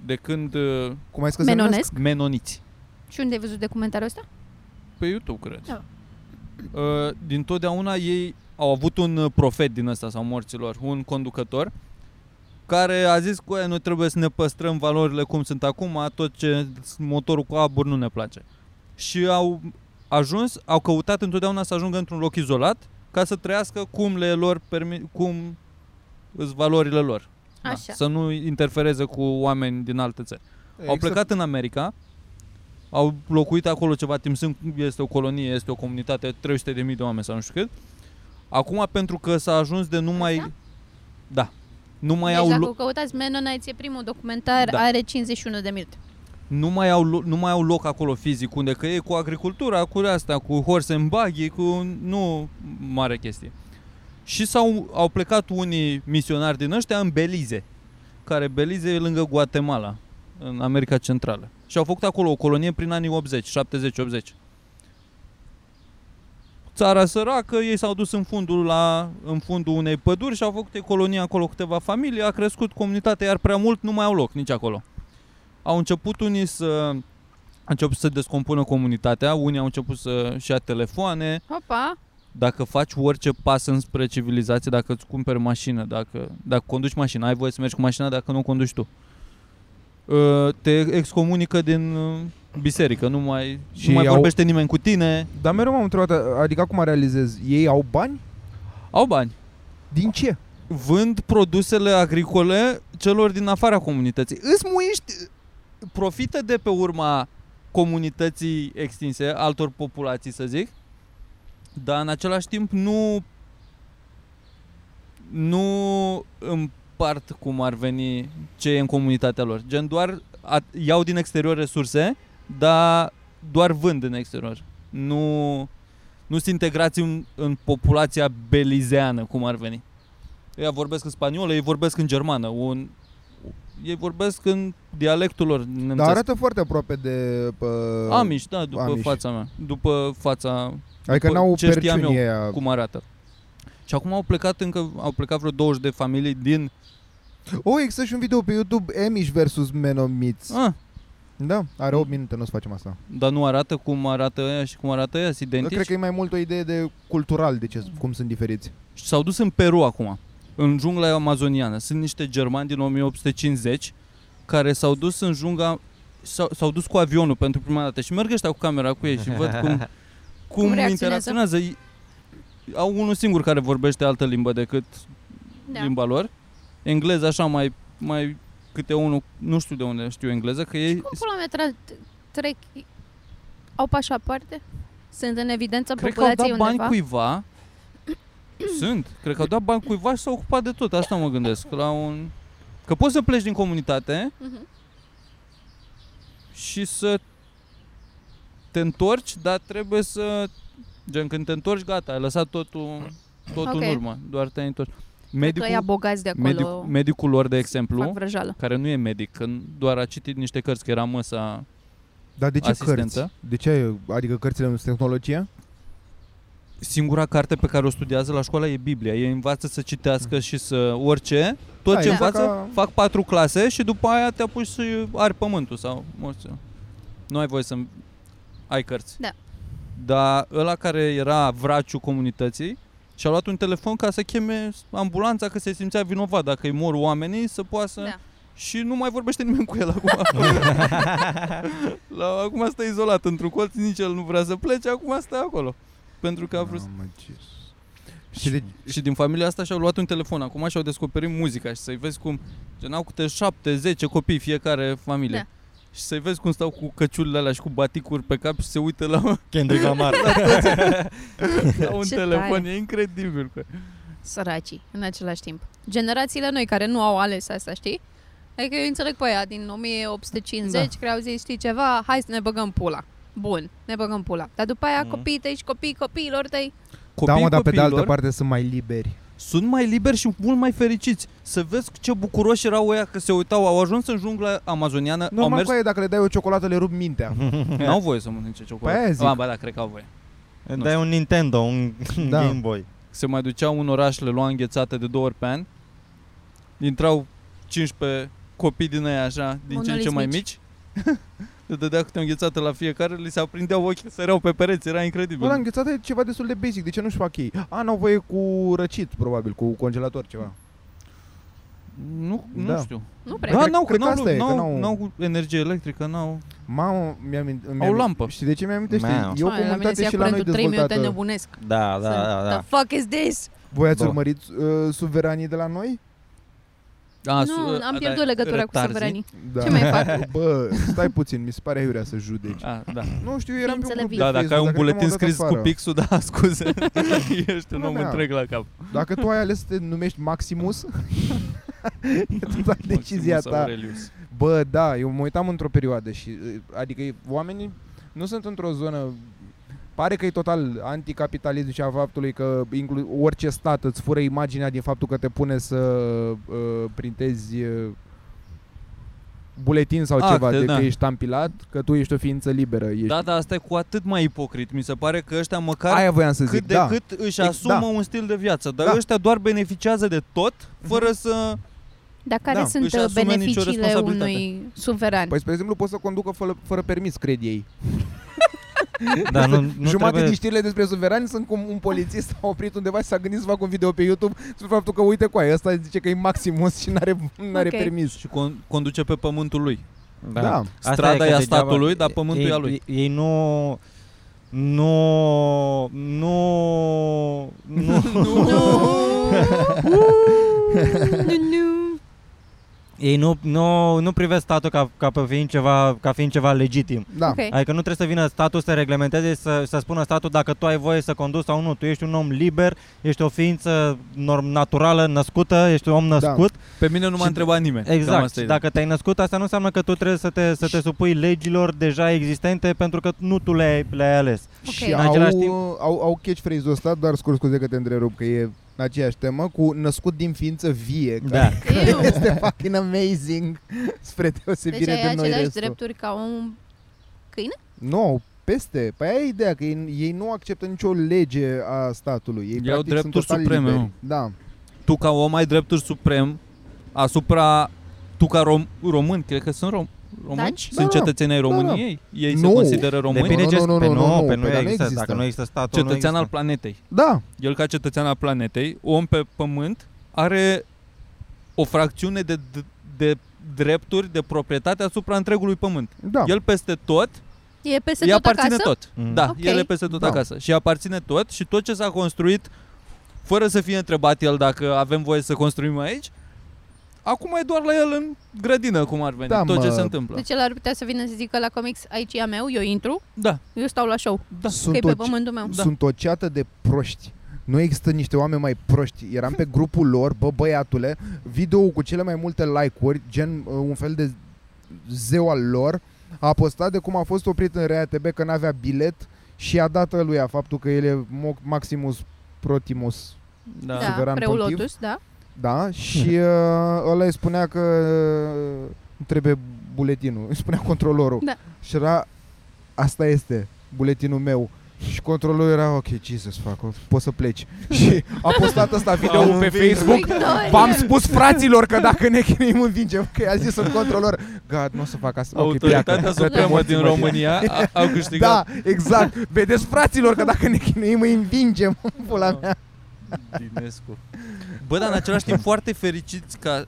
de când uh, Cum ai zis că se numesc? Menonesc? menoniți, Și unde ai văzut documentarul ăsta? pe YouTube cred, Da. uh, din totdeauna ei au avut un uh, profet din ăsta sau morților, un conducător, care a zis că noi trebuie să ne păstrăm valorile cum sunt acum, tot ce motorul cu aburi nu ne place. Și au ajuns, au căutat întotdeauna să ajungă într-un loc izolat ca să trăiască cum le e lor permi- cum îs valorile lor. Da, Așa. Să nu interfereze cu oameni din alte țări. Au Există- plecat în America, au locuit acolo ceva timp, sunt, este o colonie, este o comunitate, 300.000 de oameni sau nu știu cât. Acum pentru că s-a ajuns de nu mai... Asta? Da. Nu mai, Deci au, dacă lo- o căutați Mennonites, e primul documentar, Da. are 51 de minute. nu, mai au, lo- nu mai au loc acolo fizic, unde că e cu agricultura, cu asta, cu horse and buggy, cu nu mare chestie. Și s-au au plecat unii misionari din ăștia în Belize, care Belize e lângă Guatemala, în America Centrală. Și au făcut acolo o colonie prin anii 80, 70-80. Țara săracă, ei s-au dus în fundul, la, în fundul unei păduri și au făcut o colonie acolo câteva familii, a crescut comunitatea, iar prea mult nu mai au loc nici acolo. Au început unii să a început să descompună comunitatea, unii au început să-și ia telefoane, Hopa! dacă faci orice pas înspre civilizație, dacă îți cumperi mașină, dacă, dacă conduci mașina, ai voie să mergi cu mașina dacă nu o conduci tu. Uh, Te excomunică din uh, biserică, nu mai, Și nu mai au- vorbește nimeni cu tine, Dar mereu m-am întrebat, adică acum realizez, ei au bani? au bani. Din ce? Vând produsele agricole celor din afara comunității. Îți muiești, profită de pe urma comunității extinse, altor populații să zic, dar în același timp nu nu împart cum ar veni ce e în comunitatea lor. Gen doar a, iau din exterior resurse, dar doar vând în exterior. Nu nu sunt integrați în, în populația belizeană, cum ar veni. Ei vorbesc în spaniolă, ei vorbesc în germană, un, ei vorbesc în dialectul lor nemțesc. Dar arată foarte aproape de... Uh, Amish, da, după Amish. fața mea. După fața Adică după n-au ce știam perciunii eu. aia. cum arată. Și acum au plecat încă au plecat vreo 20 de familii din Oh, există și un video pe YouTube, Amish versus Menomites. ah, Da, are 8 minute, nu o să facem asta. dar nu arată cum arată ea și cum arată ea, sunt identici. Cred că e mai mult o idee de cultural, de ce, cum sunt diferiți. Și s-au dus în Peru acum, în jungla amazoniană. Sunt niște germani din 1850 care s-au dus în jungla S-au, s-au dus cu avionul pentru prima dată și merg ăștia cu camera cu ei și văd cum, cum, reacționează? interacționează. Ei- Au unul singur care vorbește altă limbă decât da. Da. limba lor. Engleză așa mai, mai câte unul, nu știu de unde știu engleză, că ei Cum pula mea tra- trec? Au pașapoarte? Sunt în evidența cred că au dat populației bani undeva? cuiva. Sunt, cred că au dat bani cuiva și s-au ocupat de tot, asta mă gândesc, la un... Că poți să pleci din comunitate Mhm. și să te întorci, dar trebuie să... Gen, când te întorci, gata, ai lăsat totul, totul Ok. în urmă, doar te-ai întors. Medicul, că ea Medicul, bogați de acolo medic, medicul lor, de exemplu, fac vrăjală. care nu e medic, că doar a citit niște cărți, că era măsa... Dar de ce Asistentă. cărți? De ce? Adică cărțile nu sunt tehnologie? Singura carte pe care o studiază la școală e Biblia. Ei învață să citească și să orice. Tot Da, ce e învață, ca- fac patru clase și după aia te apuci să ari pământul sau nu știu. Nu ai voie să ai cărți. Da. Dar ăla care era vraciu comunității și-a luat un telefon ca să cheme ambulanța că se simțea vinovat dacă îi mor oamenii să poată să... Da. Și nu mai vorbește nimeni cu el acum. La, acum stă izolat într-un colț, nici el nu vrea să plece, acum stă acolo. Pentru că a vrut Mamă, ce- Și de... și din familia asta și-au luat un telefon acum și-au descoperit muzica și să-i vezi cum gen, au câte șapte, zece copii fiecare familie. Da. Și să-i vezi cum stau cu căciulile alea și cu baticuri pe cap și se uită la, Kendrick Lamar. la un Ce telefon. tare. E incredibil. Da, Că... Săracii, în același timp. Generațiile noi care nu au ales asta, știi? Adică eu înțeleg pe aia Da. din 1850 da. care au zis, știi ceva, hai să ne băgăm pula. Bun, ne băgăm pula. Dar după aia Mhm. copiii tăi și copiii copiilor tăi. Da, Copiii mă, dar pe de altă copiilor parte sunt mai liberi. sunt mai liberi și mult mai fericiți. Să vezi ce bucuroși erau ăia că se uitau, au ajuns în jungla amazoniană, au Normal mers, cu aia, dacă le dai o ciocolată, le rup mintea. n-au voie să mănânce Păi aia ciocolată. zic. Ba, ba, da, cred că au voie. Dai un Nintendo, un Da. da. Game Boy. se mai duceau în oraș, le lua înghețate de două ori pe an, intrau 15 copii din aia așa, din ce în ce Monoliți mai mici. mici, le dădea câte o înghețată la fiecare, li se aprindeau ochii, săreau pe pereți, era incredibil. Bă, la înghețată e ceva destul de basic, de ce nu-și fac ei? A, n-au voie cu răcit, probabil, cu congelator ceva. Nu, nu Da. știu. Nu prea. Da, Cred- n-au, cred că n-au, asta e, că n-au, n-au- n-au energie electrică, n-au... Mamă, mi-am... mi-am Au lampă. Știi de ce mi-am amintește? Mamă. E o Hai, mine se comunitate ia și la noi curentul, trei minute dezvoltată. nebunesc. Da, da, da, da. The fuck is this? Voi ați Da. urmărit uh, suveranii de la noi? A, su- nu, a, am da, pierdut legătura cu retarzi. suveranii. Da. Ce mai fac? Bă, stai puțin, mi se pare iurea să judeci. A, da. Nu știu, eram pe un Ființele grup de vii. Da, Facebook, dacă ai un te-am buletin dat scris cu afară. pixul, da, scuze. Ești un Bună om mea. întreg la cap. Dacă tu ai ales să te numești Maximus, e total decizia Maximus ta. Aurelius. Bă, da, eu mă uitam într-o perioadă și, uh, adică e- oamenii nu sunt într-o zonă, pare că e total anticapitalism și a faptului că inclu- orice stat îți fură imaginea din faptul că te pune să uh, printezi uh, buletin sau Acte, ceva, de da. că ești tampilat, că tu ești o ființă liberă. Ești... Da, da, asta e cu atât mai ipocrit. Mi se pare că ăștia măcar Aia voiam să cât zic, de da. cât își Ex- asumă da. un stil de viață. Dar Da. Mhm. ăștia doar beneficiază de tot, fără să... Dar care Da, sunt își uh, asume nicio beneficiile responsabilitate. unui suveran? Păi, spre exemplu, poți să conducă fără, fără permis, cred ei. Da, nu, nu Jumate trebuie... din știrile despre suverani sunt cum un polițist a oprit undeva și s-a gândit să facă un video pe YouTube despre faptul că uite cu aia, ăsta zice că e maximus și n-are, n-are Ok. permis. Și con- conduce pe pământul lui. Da. da. Asta Strada că e a degeaba- statului, dar pământul ei, e a lui. Ei, ei nu... Nu... Nu... Nu... Nu, nu. ei nu, nu, nu privesc statul ca, ca, pe fiind ceva, ca fiind ceva legitim. da. Ok. Adică nu trebuie să vină statul să reglementeze, să, să spună statul dacă tu ai voie să conduci sau nu. Tu ești un om liber, ești o ființă norm, naturală, născută, ești un om Da. născut. Pe mine nu m-a Și- întrebat nimeni. Cam Exact. asta Și e. dacă te-ai născut, asta nu înseamnă că tu trebuie să te, să te supui legilor deja existente pentru că nu tu le-ai, le-ai ales. Și În au, același timp- au, au catchphrase-ul ăsta, dar scurt scuze că te întrerup, că e în aceeași temă, cu născut din ființă vie, care Da. Eu. este fucking amazing spre deosebire Deci ai de noi aceleași restul. drepturi ca un... Nu, peste. Păi aia e ideea, că ei, ei nu acceptă nicio lege a statului. Ei, Ei au practic, sunt drepturi total supreme, liberi. nu? Da. tu ca om ai drepturi suprem asupra tu ca rom, român, cred că sunt rom, români, Daci? sunt Da, cetățenii da. României, ei se Nu. consideră români, Depinde Nu, ce nu, nu, pe nu, nu, pe pe nu dar nu există, există. dacă nu există statul, nu cetățean există. al planetei. Da, El ca cetățean al planetei, om pe pământ, are o fracțiune de, de, de drepturi de proprietate asupra întregului pământ. da. El peste tot, E peste îi tot aparține acasă? tot. Mm. Da, Ok. el e peste tot Da. acasă și îi aparține tot și tot ce s-a construit fără să fie întrebat el dacă avem voie să construim aici. Acum e doar la el în grădină, cum ar veni, Da, tot ce mă. se întâmplă. Deci el ar putea să vină să zică la comics, aici e a meu, eu intru, Da, eu stau la show, da. că e sunt pe o, pământul meu. Da. da. sunt o ceată de proști. Nu există niște oameni mai proști. Eram pe grupul lor, bă băiatule, video cu cele mai multe like-uri, gen uh, un fel de zeu al lor, a postat de cum a fost oprit în RATB că n-avea bilet și a dat lui faptul că el e Mo- Maximus Protimus, da. Da, Suveran preul pontif. Lotus, da. da? Și uh, ăla îi spunea că uh, trebuie buletinul, îi spunea controlorul. Da. Și era, asta este buletinul meu. Și controlorul era, ok, ce să fac, o- poți să pleci. și a postat asta video Am pe învins. Facebook. Victoria! V-am spus fraților că dacă ne chinuim învingem, că i-a zis un controlor, gata, nu o să fac asta. Ok, pleacă. Autoritatea supremă Morți, din mă, bine. România a, au câștigat Da, exact. Vedeți, fraților, că dacă ne chinuim, îi învingem, pula mea. Dinescu. Bă, dar în același timp foarte fericiți ca c-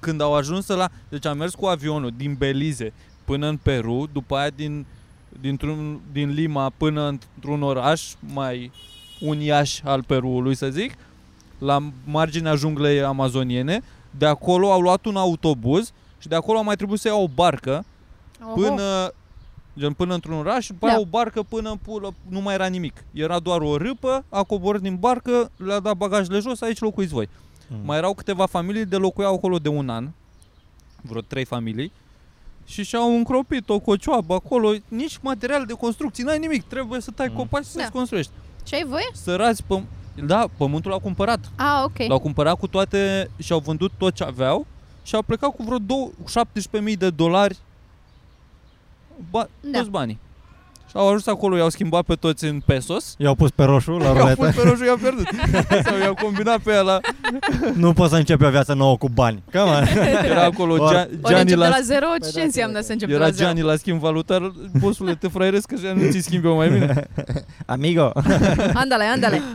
când au ajuns la... Deci am mers cu avionul din Belize până în Peru, după aia din, dintr-un, din Lima până într-un oraș mai un iaș al Peruului, să zic, la marginea junglei amazoniene. De acolo au luat un autobuz și de acolo au mai trebuit să iau o barcă Oho. până gen până într-un oraș și după aia Da. o barcă până în pulă, nu mai era nimic. Era doar o râpă, a coborât din barcă, le-a dat bagajele jos, aici locuiți voi. Mm. Mai erau câteva familii de locuiau acolo de un an, vreo trei familii, și și-au încropit o cocioabă acolo, nici material de construcții, n-ai nimic, trebuie să tai Mm. copaci și să-ți Da. construiești. Ce ai voie? Să razi păm- da, pământul l-au cumpărat. Ah, ok. L-au cumpărat cu toate și-au vândut tot ce aveau și au plecat cu vreo dou- 17.000 de dolari ba- Da. toți banii. Și au ajuns acolo, i-au schimbat pe toți în pesos. I-au pus pe roșu la I-au pus ruletă. pe roșu, i-au pierdut. Sau i-au combinat pe ăla. nu poți să începi o viață nouă cu bani. Come on. Era acolo Ori- Gia- Ori Gianni încep de la, la zero, ce da, înseamnă da, da. să încep de era la zero? Gianni la schimb valutar. Bosule, te fraierezi că nu ți schimbi eu mai bine. Amigo. Andale, andale.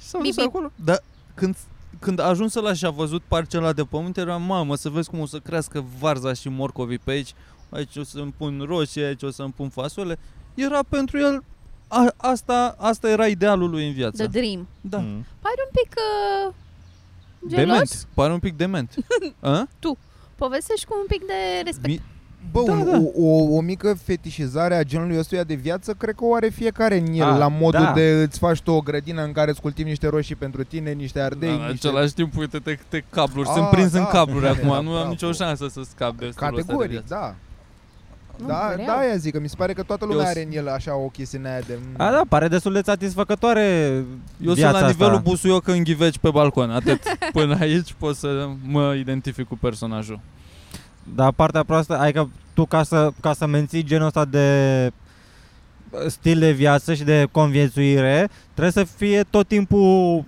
Și s-au dus Bip, bip. acolo. Dar Da, când, când a ajuns ăla și a văzut parcel ăla de pământ, era mamă, să vezi cum o să crească varza și morcovii pe aici. Aici o să-mi pun roșii, aici o să-mi pun fasole. Era pentru el, a, asta, asta era idealul lui în viață. The dream. da. Mm. Pare un pic... Uh, Gelos? Dement. Pare un pic dement. A? Povestești cu un pic de respect. Mi- Bă, Da, da, un, da. da. O, o, o mică fetișizare a genului ăstuia de viață Cred că o are fiecare în el Ah, ah, La modul da. da. de îți faci tu o grădină În care îți cultivi niște roșii pentru tine Niște ardei, Dar în da, niște același timp, uite-te câte cabluri. A, Sunt prins da. în cabluri acum. Da, Nu am bravo. nicio șansă să scap de stilul ăsta de categorii viață. Da, Nu, da, greu. da, aia zic că Mi se pare că toată lumea Eu s- are în el așa o chestie aia de A, da, pare destul de satisfăcătoare Eu viața sunt la nivelul asta. busuiocă în ghiveci pe balcon, atât. Până aici pot să mă identific cu personajul. Dar partea proastă, adică tu ca să, ca să menții genul ăsta de stil de viață și de conviețuire, trebuie să fie tot timpul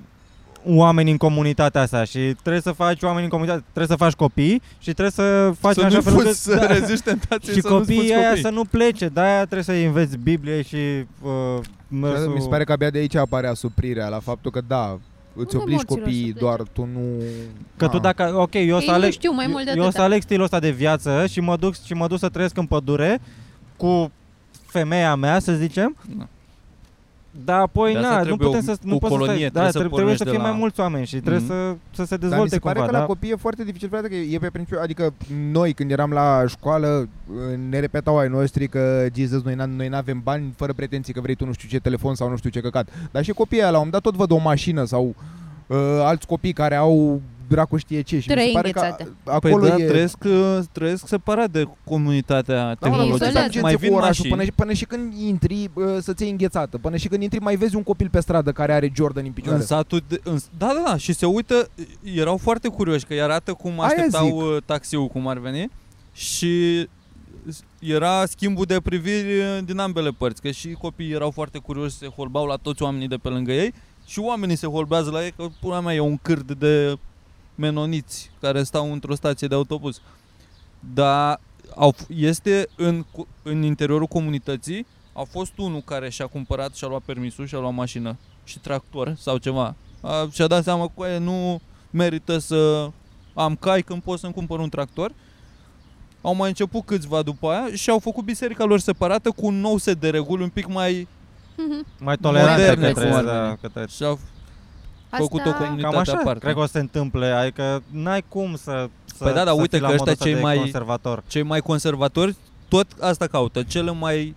oameni în comunitatea asta și trebuie să faci oameni în comunitate, trebuie să faci copii și trebuie să faci să în nu așa fel fuți, încât să da. reziști tentației și să nu-ți fuți copiii aia copii. să nu plece, de aia trebuie să-i înveți Biblie și uh, mersul... Da, Mi se pare că abia de aici apare asuprirea La faptul că da Îți Unde obligi morților copiii, să plece? doar tu nu... Că tu Ah. dacă, ok, eu o Ei să nu aleg, știu mai mult de eu, eu o să atâta. aleg stilul ăsta de viață și mă duc și mă duc să trăiesc în pădure cu femeia mea, să zicem. Da. Dar apoi, De asta na, nu trebuie putem o- să nu o poți să colonie, stai, trebuie da, să trebuie, trebuie să pornești de fie la- mai mulți oameni și trebuie Mhm. să, să se Dar mi dezvolte se pare cumva, că da? la copii e foarte dificil, frate, că e pe principiu, adică noi când eram la școală ne repetau ai noștri că Jesus, noi, n- noi n-avem bani fără pretenții că vrei tu nu știu ce telefon sau nu știu ce căcat. Dar și copiii ăia, la un moment dat tot văd o mașină sau uh, alți copii care au dracu știe ce și mi Trei se pare că înghețate. a- acolo păi da, e... trăiesc, uh, trăiesc separat de comunitatea Da, mă, la Tehnologia. toate Izolați. tehnologică. tangențe Mai cu vin orașul, mașini. până, și- până și când intri uh, să-ți iei înghețată, până și când intri mai vezi un copil pe stradă care are Jordan în picioare. În satul de, în, da, da, da, și se uită, erau foarte curioși că îi arată cum Aia așteptau zic. uh, taxiul cum ar veni și era schimbul de priviri uh, din ambele părți, că și copiii erau foarte curioși, se holbau la toți oamenii de pe lângă ei și oamenii se holbează la ei că pula mea e un cârd de menoniți care stau într-o stație de autobuz. Dar au, f- este în, cu- în interiorul comunității a fost unul care și-a cumpărat și-a luat permisul și-a luat mașină și tractor sau ceva. A, și-a dat seama că "Aia, nu merită să am cai când pot să-mi cumpăr un tractor. Au mai început câțiva după aia și au făcut biserica lor separată cu un nou set de reguli un pic mai... Mhm. Mai tolerante moderne, către, cum ar da, veni. către... Și au făcut o Asta... comunitate Cam așa, aparte. cred că o să se întâmple, adică n-ai cum să, să Păi da, dar să uite fii la că modul ăștia ăsta cei de mai- conservator. cei mai conservatori tot asta caută, cele mai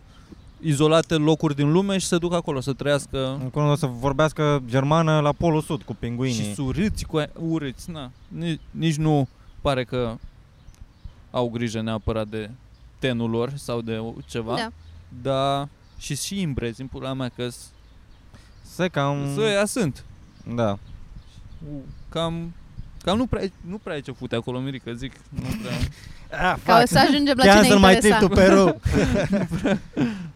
izolate locuri din lume și se duc acolo să trăiască Acum o să vorbească germană la Polul Sud cu pinguinii. și surâți cu aia- urâți, na. Nici, nici nu pare că au grijă neapărat de tenul lor sau de ceva, Da. dar și și imbrezi în pula mea că s- Se cam... să ea sunt. Da. Cam Cam nu prea, nu prea e ce fute acolo, Mirica, zic. Nu prea. Ca o să ajungem la Chiar cine să mai trip interesant. tu Peru.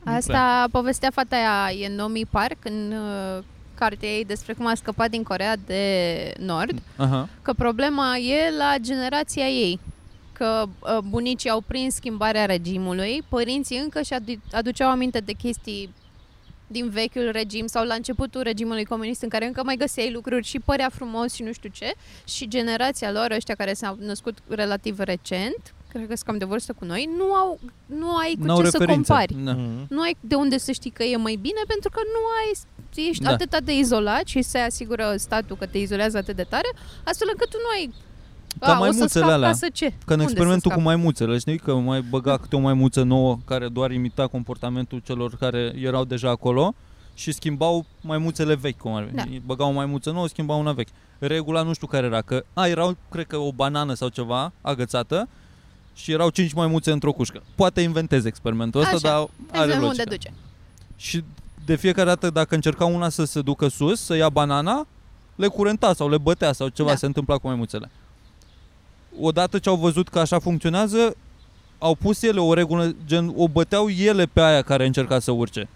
Asta povestea fata aia e Nomi Park în uh, cartea ei despre cum a scăpat din Corea de Nord. Aha. că problema e la generația ei. Că uh, bunicii au prins schimbarea regimului, părinții încă și adu- aduceau aminte de chestii din vechiul regim sau la începutul regimului comunist în care încă mai găseai lucruri și părea frumos și nu știu ce și generația lor, ăștia care s-au născut relativ recent, cred că sunt cam de vârstă cu noi, nu au nu ai cu N-au ce să referință. compari. Da. Mhm. Nu ai de unde să știi că e mai bine pentru că nu ai, ești Da. da. atât de izolat și se asigură statul că te izolează atât de tare, astfel încât tu nu ai Ca a, o să maimuțele scap alea. ca să ce? Ca în Unde să experimentul scap? cu maimuțele, știi? Că mai băga câte o maimuță nouă care doar imita comportamentul celor care erau deja acolo și schimbau maimuțele vechi, cum ar veni. Da. Băgau o maimuță nouă, schimbau una vechi. Regula nu știu care era, că a, erau, cred că, o banană sau ceva agățată și erau cinci maimuțe într-o cușcă. Poate inventez experimentul ăsta, Așa. dar Hai să are vedem unde logică. duce. Și de fiecare dată dacă încerca una să se ducă sus, să ia banana, le curenta sau le bătea sau ceva Da. se întâmpla cu maimuțele. Odată ce au văzut că așa funcționează, au pus ele o regulă, gen o băteau ele pe aia care încerca să urce.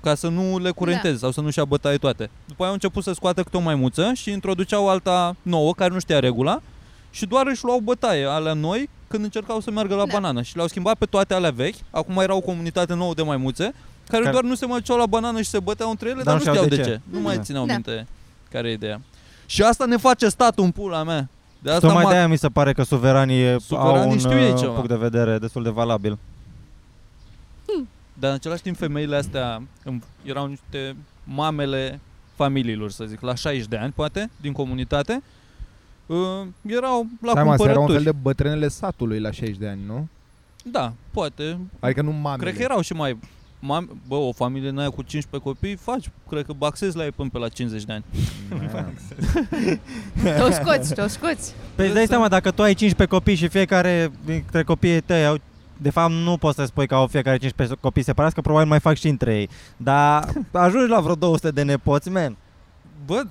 Ca să nu le curenteze sau să nu-și ia bătaie toate. După aia au început să scoată câte o maimuță și introduceau alta nouă care nu știa regula și doar își luau bătaie alea noi când încercau să meargă la Da. banană și le-au schimbat pe toate alea vechi. Acum era o comunitate nouă de maimuțe care, Care- doar nu se mai duceau la banană și se băteau între ele, Dar dar, nu nu știau știau de de ce. ce. Nu mai Da. țineau Da. minte care e ideea. Și asta ne face statul în pula mea. De asta Tocmai m-a- de-aia mi se pare că suveranii, Suveranii au un știu ei uh, ceva. punct de vedere destul de valabil. Dar în același timp femeile astea îmi- erau niște mamele familiilor, să zic, la 60 de ani, poate, din comunitate Uh, erau la Stai mă, astea erau un cumpărături. fel de bătrânele satului la 60 de ani, nu? Da, poate. Adică nu mamele. Cred că erau și mai... Mam, bă, o familie în aia cu 15 copii, faci, cred că baxezi la ei până pe la 50 de ani. Da. Te o scoți, te o scoți. Păi îți dai seama, dacă tu ai 15 copii și fiecare dintre copiii tăi au de fapt nu poți să spui că au fiecare 15 copii separați, că probabil mai fac și între ei. Dar ajungi la vreo 200 de nepoți, man. Bă,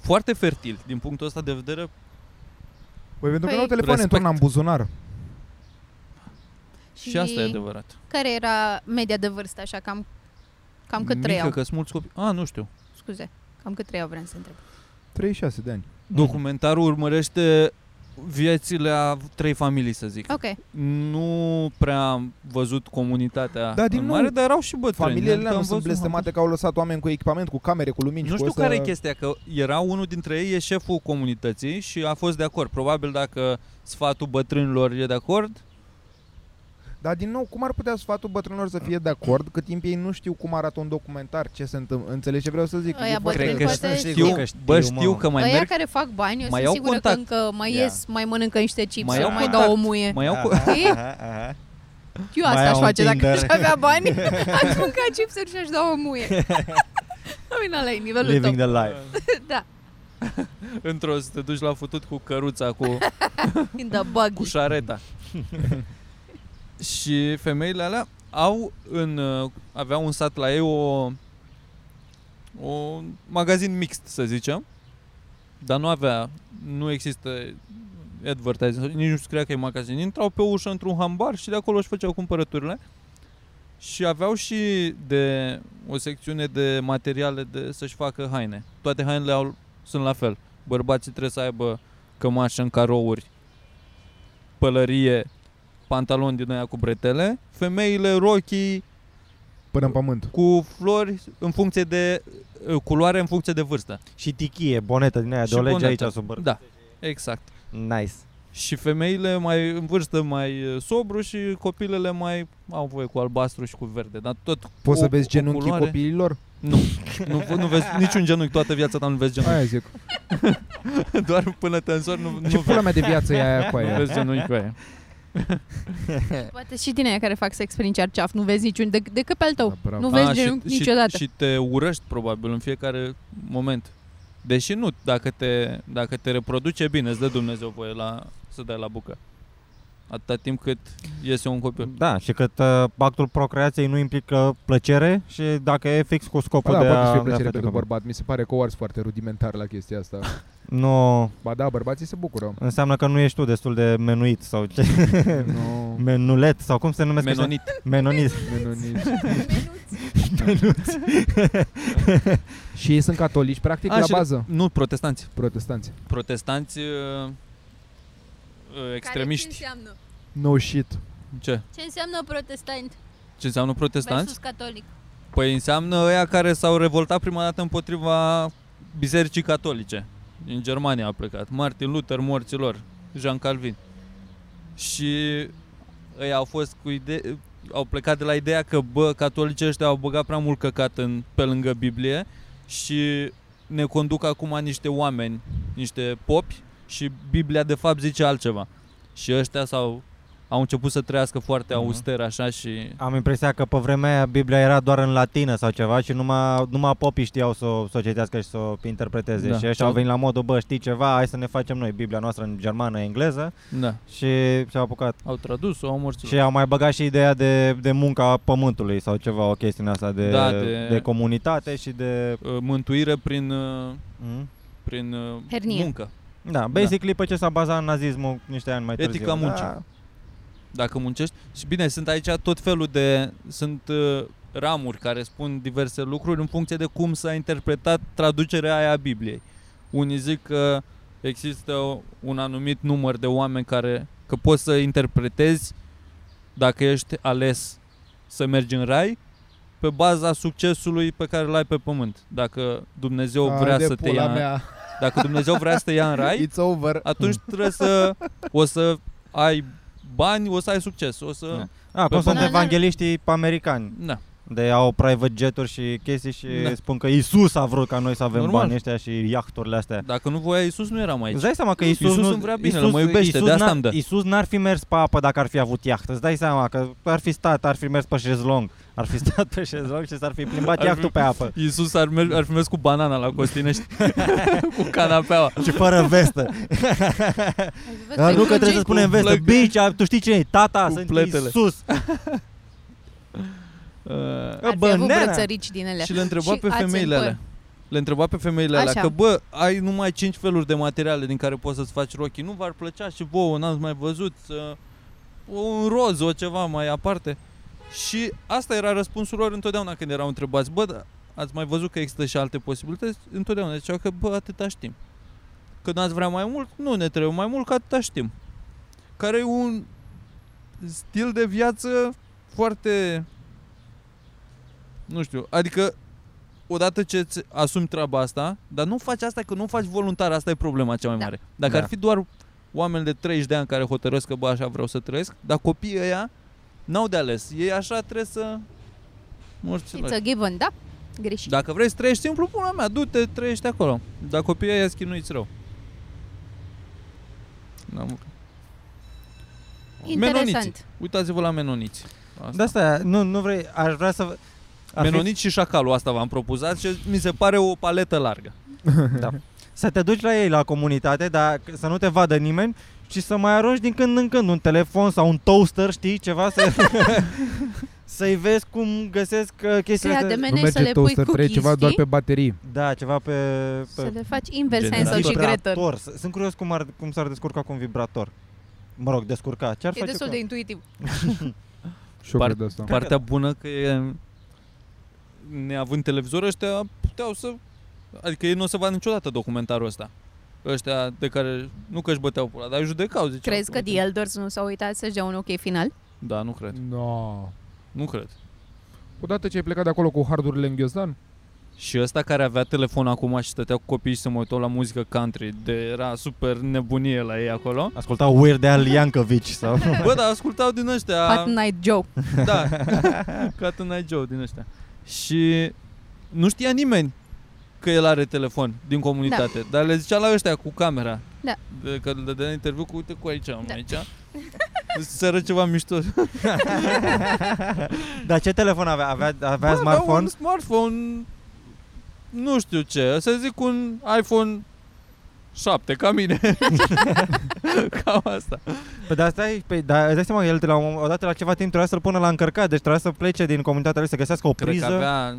foarte fertil din punctul ăsta de vedere. Păi pentru că Păi- nu au telefoane Respect. într-una în buzunar. Și, și asta e adevărat. Care era media de vârstă, așa, cam, cam cât Mică, trăiau? că sunt mulți copii. A, nu știu. Mm. Scuze, cam cât trăiau, vreau să întreb. 36 de ani. Documentarul urmărește viețile a trei familii, să zic. Ok, Nu prea am văzut comunitatea Da, din în nou, mare, dar erau și bătrâni. Familiile alea Am nu sunt văzut, blestemate că au lăsat oameni cu echipament, cu camere, cu lumini. Nu și cu știu astea- care e chestia, că era unul dintre ei, e șeful comunității și a fost de acord. Probabil dacă sfatul bătrânilor e de acord, Dar din nou, cum ar putea sfatul bătrânilor să fie de acord cât timp ei nu știu cum arată un documentar, ce se întâmplă? Înțelegi ce vreau să zic? Aia E foarte- bătrâni cred că poate- știu, că știu, știu bă, mă. știu că mai Aia merg, care fac bani, eu Mai mai iau sunt sigură contact. că încă mai Ia. ies, mai mănâncă niște chips Mai sau iau mai contact. dau o muie. Da, mai iau cu... Știi? Eu Mai asta aș au un face dacă Tinder. aș avea bani. Aș mânca chipsuri și aș da o muie. Uite la nivelul Living tău. the life. Da, Într-o să te duci la futut cu căruța, cu, in the bug. cu șareta. și femeile alea au în, uh, aveau un sat la ei o, o magazin mixt, să zicem, dar nu avea, nu există advertising, nici nu scria că e magazin. Intrau pe ușă într-un hambar și de acolo își făceau cumpărăturile. Și aveau și de o secțiune de materiale de să-și facă haine. Toate hainele au, sunt la fel. Bărbații trebuie să aibă cămașă în carouri, pălărie, pantaloni din aia cu bretele, femeile rochii Până în pământ. cu flori în funcție de uh, culoare, în funcție de vârstă. Și tichie, bonetă din aia, de Și o lege aici bonetă. sub băr- Da, exact. Nice. Și femeile mai în vârstă mai uh, sobru și copilele mai au voie cu albastru și cu verde, dar tot Poți o- să vezi o genunchii culoare. copiilor? Nu, nu, nu vezi niciun genunchi, toată viața ta nu vezi genunchi. Aia zic. Doar până te însori nu, nu, Ce vezi, pula mea de viață e aia cu nu aia? vezi genunchi cu aia. Poate și din aia care fac sex prin cearceaf, nu vezi niciun, dec- decât pe al tău. Da, bravo. nu vezi Ah, și- genunchi și, niciodată. Și te urăști probabil în fiecare moment. Deși nu, dacă te, dacă te reproduce bine, îți dă Dumnezeu voie la, să dai la bucă. Atâta timp cât iese un copil. Da, și cât uh, actul procreației nu implică plăcere și dacă e fix cu Ba scopul da, de poate a... să de fie a plăcere face pentru copil. bărbat. Mi se pare că o ars foarte rudimentar la chestia asta. Nu, Ba da, bărbații se bucură. înseamnă că nu ești tu destul de menuit sau ce... Nu, Menulet sau cum se numesc ăștia? Menonit. Menonit. nu, nici. Și ei sunt catolici, practic, Ah, la și- bază. Nu, protestanți. Protestanți. Protestanți uh, uh, extremiști. ce înseamnă? No shit. Ce? Ce înseamnă protestant Ce înseamnă protestanți? catolic? Păi înseamnă ăia care s-au revoltat prima dată împotriva bisericii catolice. În Germania a plecat. Martin Luther, morților, Jean Calvin. Și ei au fost cu ide- au plecat de la ideea că, bă, catolicii ăștia au băgat prea mult căcat în, pe lângă Biblie și ne conduc acum niște oameni, niște popi și Biblia de fapt zice altceva. Și ăștia s-au, au început să trăiască foarte Mhm. auster așa și Am impresia că pe vremea aia Biblia era doar în latină sau ceva și numai, numai popii știau să, o- să o citească și să o interpreteze. Da. Da. Și ăștia au venit la modul, bă, știi ceva, hai să ne facem noi Biblia noastră în germană, engleză da, și și-au apucat. au tradus-o, au morților. Și au mai băgat și ideea de, de munca pământului sau ceva, o chestiune asta de, Da, de- de comunitate și de... uh, mântuire prin, uh, Mm? prin uh, Hernie. muncă. Da, basically pe ce s-a bazat nazismul niște ani mai târziu. Etica muncii. Da. Dacă muncești. Și bine, sunt aici tot felul de... Sunt uh, ramuri care spun diverse lucruri în funcție de cum s-a interpretat traducerea aia a Bibliei. Unii zic că există un anumit număr de oameni care... Că poți să interpretezi dacă ești ales să mergi în rai pe baza succesului pe care l-ai pe pământ. Dacă Dumnezeu vrea de să te pula ia, mea. dacă Dumnezeu vrea să te ia în rai, It's over. atunci trebuie să o să ai bani, o să ai succes, o să A, cum Pe sunt bune. evangeliștii americani. na. de au private jet-uri și chestii și Da. da. spun că Isus a vrut ca noi să avem Normal. Normal. banii ăștia și iahturile astea. Dacă nu voia Iisus, nu eram aici. Îți dai seama că Nu, Isus, Iisus nu, îmi vrea binele, mă iubește, de asta n-ar- îmi dă. Isus n-ar fi mers pe apă dacă ar fi avut iahtă. Îți dai seama că ar fi stat, ar fi mers pe șezlong, ar fi stat pe șezlong și s-ar fi plimbat Ar iahtul fi- pe apă. Iisus ar, mer- ar fi mers cu banana la Costinești, cu canapeaua. Și fără vestă. Vezi, Dar Da, nu plângeai că trebuie să spunem Cu vestă. plăcă. Bici, a- tu știi cine e? Tata, Cu sunt pletele. Isus. Uh, Ar fi avut brățărici din ele. și le întreba Și pe ați femeile în alea. Le întreba pe femeile Așa. alea că, bă, ai numai 5 feluri de materiale din care poți să-ți faci rochii. Nu v-ar plăcea și vouă, n-ați mai văzut, să- un roz, o ceva mai aparte. Și asta era răspunsul lor întotdeauna când erau întrebați. Bă, da, ați mai văzut că există și alte posibilități? Întotdeauna ziceau că, bă, atâta știm. Că n-ați vrea mai mult? Nu ne trebuie mai mult, că atâta știm. Care e un stil de viață foarte... Nu știu, adică odată ce îți asumi treaba asta, dar nu faci asta că nu faci voluntar, asta e problema cea mai Da. mare. Dacă Da. ar fi doar oameni de 30 de ani care hotărăsc că bă, așa vreau să trăiesc, dar copiii ăia n-au de ales. Ei așa trebuie să... Morți It's a given, da? Greșit. dacă vrei să trăiești simplu, pula mea, du-te, trăiești acolo. Dar copiii ăia schinuiți rău. N-am... Menoniți. Interesant. Uitați-vă la menoniți. Asta. De asta, nu, nu vrei, aș vrea să... Da, ar fi- menoniți și șacalul, asta v-am propus. Asta mi se pare o paletă largă. Să te duci la ei la comunitate, dar c- să nu te vadă nimeni și să mai arunci din când în când un telefon sau un toaster, știi, ceva să... să-i vezi cum găsesc uh, chestiile Să ia de astea. Nu mene să merge le pui toaster cu 3 ceva doar pe baterii. Da, ceva pe... Să pe le faci invers Generator. sensor și Gretel. vibrator. S- Sunt curios cum, ar, cum s-ar descurca cu un vibrator. Mă rog, descurca. Ce ar E face destul cu... de intuitiv. Și eu Par- cred asta. Da. Partea bună că e... Neavând televizor, ăștia puteau să... Adică ei nu o să vadă niciodată documentarul ăsta. Ăștia de care... Nu că își băteau pula, dar îi judecau. Ziceau, Crezi că "Uite." The Elders nu s-au uitat să-și dea un ok final? Da, nu cred. No. Nu cred. Odată ce ai plecat de acolo cu hardurile în ghiozdan, Și ăsta care avea telefon acum și stătea cu copiii și se mă uitau la muzică country, de era super nebunie la ei acolo. Asculta Weird Al Yankovic sau... Bă, dar ascultau din ăștia. Pat Night Joe. Da, Cotton Eye Joe din ăștia. Și nu știa nimeni că el are telefon din comunitate, da. dar le zicea la ăștia cu camera. Da. De, că le dădea interviu cu, uite, cu aici am da. Da. aici. Să ceva mișto. dar ce telefon avea? Avea, Bă, avea avea smartphone? un smartphone, nu știu ce, să zic un iPhone 7, ca mine. Cam asta. Păi dar stai, pe, dar îți dai seama că el de la, un- odată la ceva timp trebuia să-l pună la încărcat, deci trebuia să plece din comunitatea lui să găsească o Cred priză. că avea,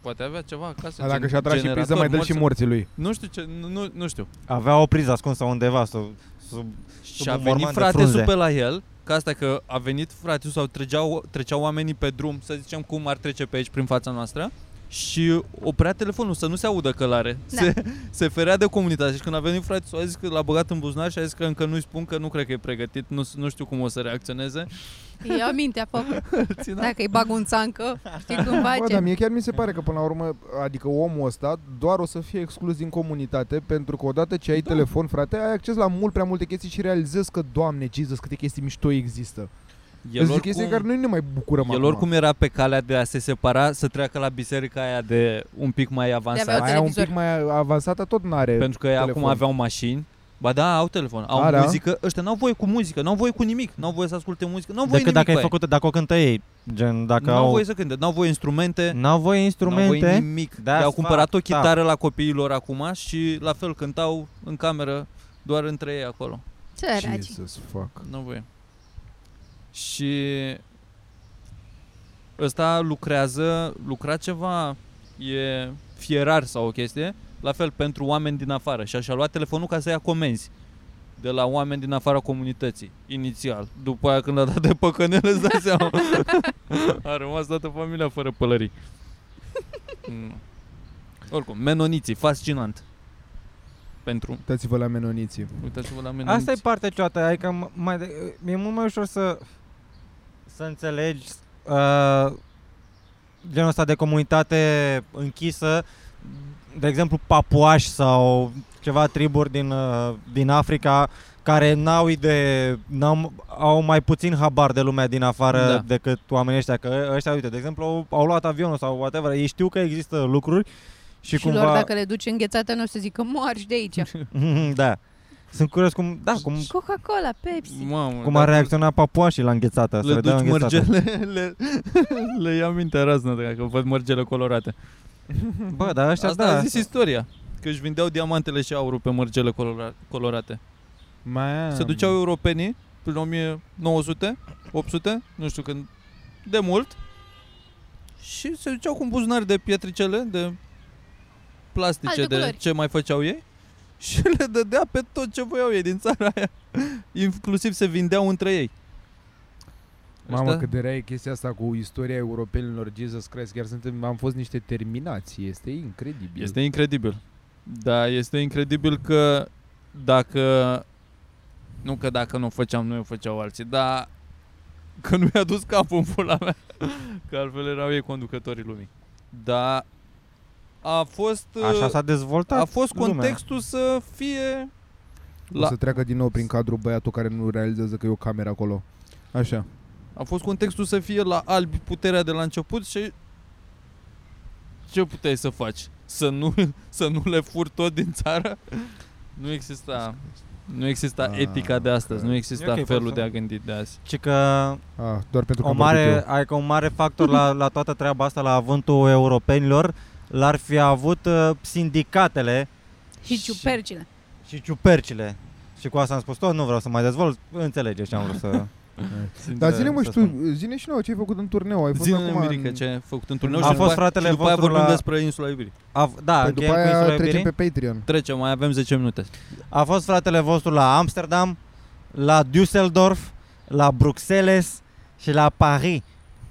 poate avea ceva acasă. dar dacă gen- și-a tras și generator, priză, mai dă și morță. morții lui. Nu știu ce, nu- nu, nu știu. avea o priză ascunsă undeva sub, sub Și a un venit morman de frate frunze. super la el, ca asta că a venit frate sau treceau, treceau oamenii pe drum, să zicem cum ar trece pe aici prin fața noastră, și oprea telefonul să nu se audă că l-are. Da. Se, se ferea de comunitate și când a venit frate a zis că l-a băgat în buzunar și a zis că încă nu-i spun că nu cred că e pregătit, nu, nu știu cum o să reacționeze. Ia mintea făcut. Da. Țin- Dacă îi bag un țancă, știi cum Bă, dar face? mie chiar mi se pare că până la urmă, adică omul ăsta doar o să fie exclus din comunitate pentru că odată ce ai Da. telefon, frate, ai acces la mult prea multe chestii și realizezi că, Doamne, Jesus, câte chestii mișto există. El Sunt chestii care noi nu ne mai bucurăm el acum. oricum era pe calea de a se separa, să treacă la biserica aia de un pic mai avansat. aveau Aia un televizor. pic mai avansată tot n-are. Pentru că ei acum telefon. aveau mașini. Ba da, au telefon, au A, da? muzică. Ăștia n-au voie cu muzică, n-au voie cu nimic. N-au voie să asculte muzică, n-au voie Decât nimic dacă cu ai aia. făcut, dacă o cântă ei, gen dacă N-au au, voie să cânte, n-au voie instrumente, n-au voie n-au voie instrumente, nimic. Da, au fapt, cumpărat o da. chitară la copiilor acum și la fel cântau în cameră doar între ei acolo. Săraci. Jesus, fuck. Nu voie. Și ăsta lucrează, lucra ceva, e fierar sau o chestie, la fel pentru oameni din afară. Și așa a luat telefonul ca să ia comenzi de la oameni din afara comunității, inițial. După aia când a dat de păcănele, îți dai seama. a rămas toată familia fără pălării. Mm. Oricum, menoniții, fascinant. Pentru, Uitați-vă la menoniții. uitați-vă la menoniții. Asta e partea ciudată, adică m- mai de, e mult mai ușor să să înțelegi uh, genul ăsta de comunitate închisă, de exemplu papuași sau ceva triburi din, uh, din Africa care n-au idee, n-au, au mai puțin habar de lumea din afară Da. da. decât oamenii ăștia. Că ăștia, uite, de exemplu, au luat avionul sau whatever, ei știu că există lucruri și, Și cumva... lor dacă le duci înghețată, nu o să zică moarși de aici. da. Sunt curios cum, da, cum, Coca-Cola, Pepsi. Mamă, cum a dacă reacționat papua și la înghețată. să Le dea duci înghețată. mărgele, le, le ia minte raznă dacă văd mărgele colorate. Bă, dar ăștia, Asta da. a zis istoria. Că își vindeau diamantele și aurul pe mărgele colora- colorate. Mai Se duceau europenii prin 1900, 800, nu știu când, de mult. Și se duceau cu un buzunar de pietricele, de plastice, Alte de culori. ce mai făceau ei. Și le dădea pe tot ce voiau ei din țara aia. Inclusiv se vindeau între ei. Mamă, Ăștia- cât de rea e chestia asta cu istoria europenilor, Jesus Christ, chiar suntem, am fost niște terminați, este incredibil. Este incredibil. Da, este incredibil că dacă... Nu că dacă nu o făceam noi, o făceau alții, dar că nu mi-a dus capul în pula mea. Că altfel erau ei conducătorii lumii. Dar a fost... Așa uh, s-a dezvoltat a fost lumea. contextul să fie... O la- să treacă din nou prin cadru băiatul care nu realizează că e o cameră acolo. Așa. A fost contextul să fie la albi puterea de la început și ce puteai să faci? Să nu, să nu le furi tot din țară? Nu exista, nu exista Ah, etica de astăzi, ok. nu exista E ok, felul poți de să- a gândi de azi. Ci că Ah, doar pentru că o am vorbit mare, eu. adică un mare factor la, la toată treaba asta, la avântul europenilor, l-ar fi avut uh, sindicatele Și ciupercile. și ciupercile. Și cu asta am spus tot, nu vreau să mai dezvolt, înțelegeți ce am vrut să... Dar să- zine mă Da, să și tu, zine și nouă ce ai făcut în turneu, ai fost Zine Păi acum Mirica în... ce ai făcut în turneu A și fost după aia- fratele și după aia vostru vorbim la- despre insula Iubirii. A, da, Păi după încheiem cu aia insula trecem iubirii. pe Patreon. Trecem, mai avem 10 minute. A fost fratele vostru la Amsterdam, la Düsseldorf, la Bruxelles și la Paris.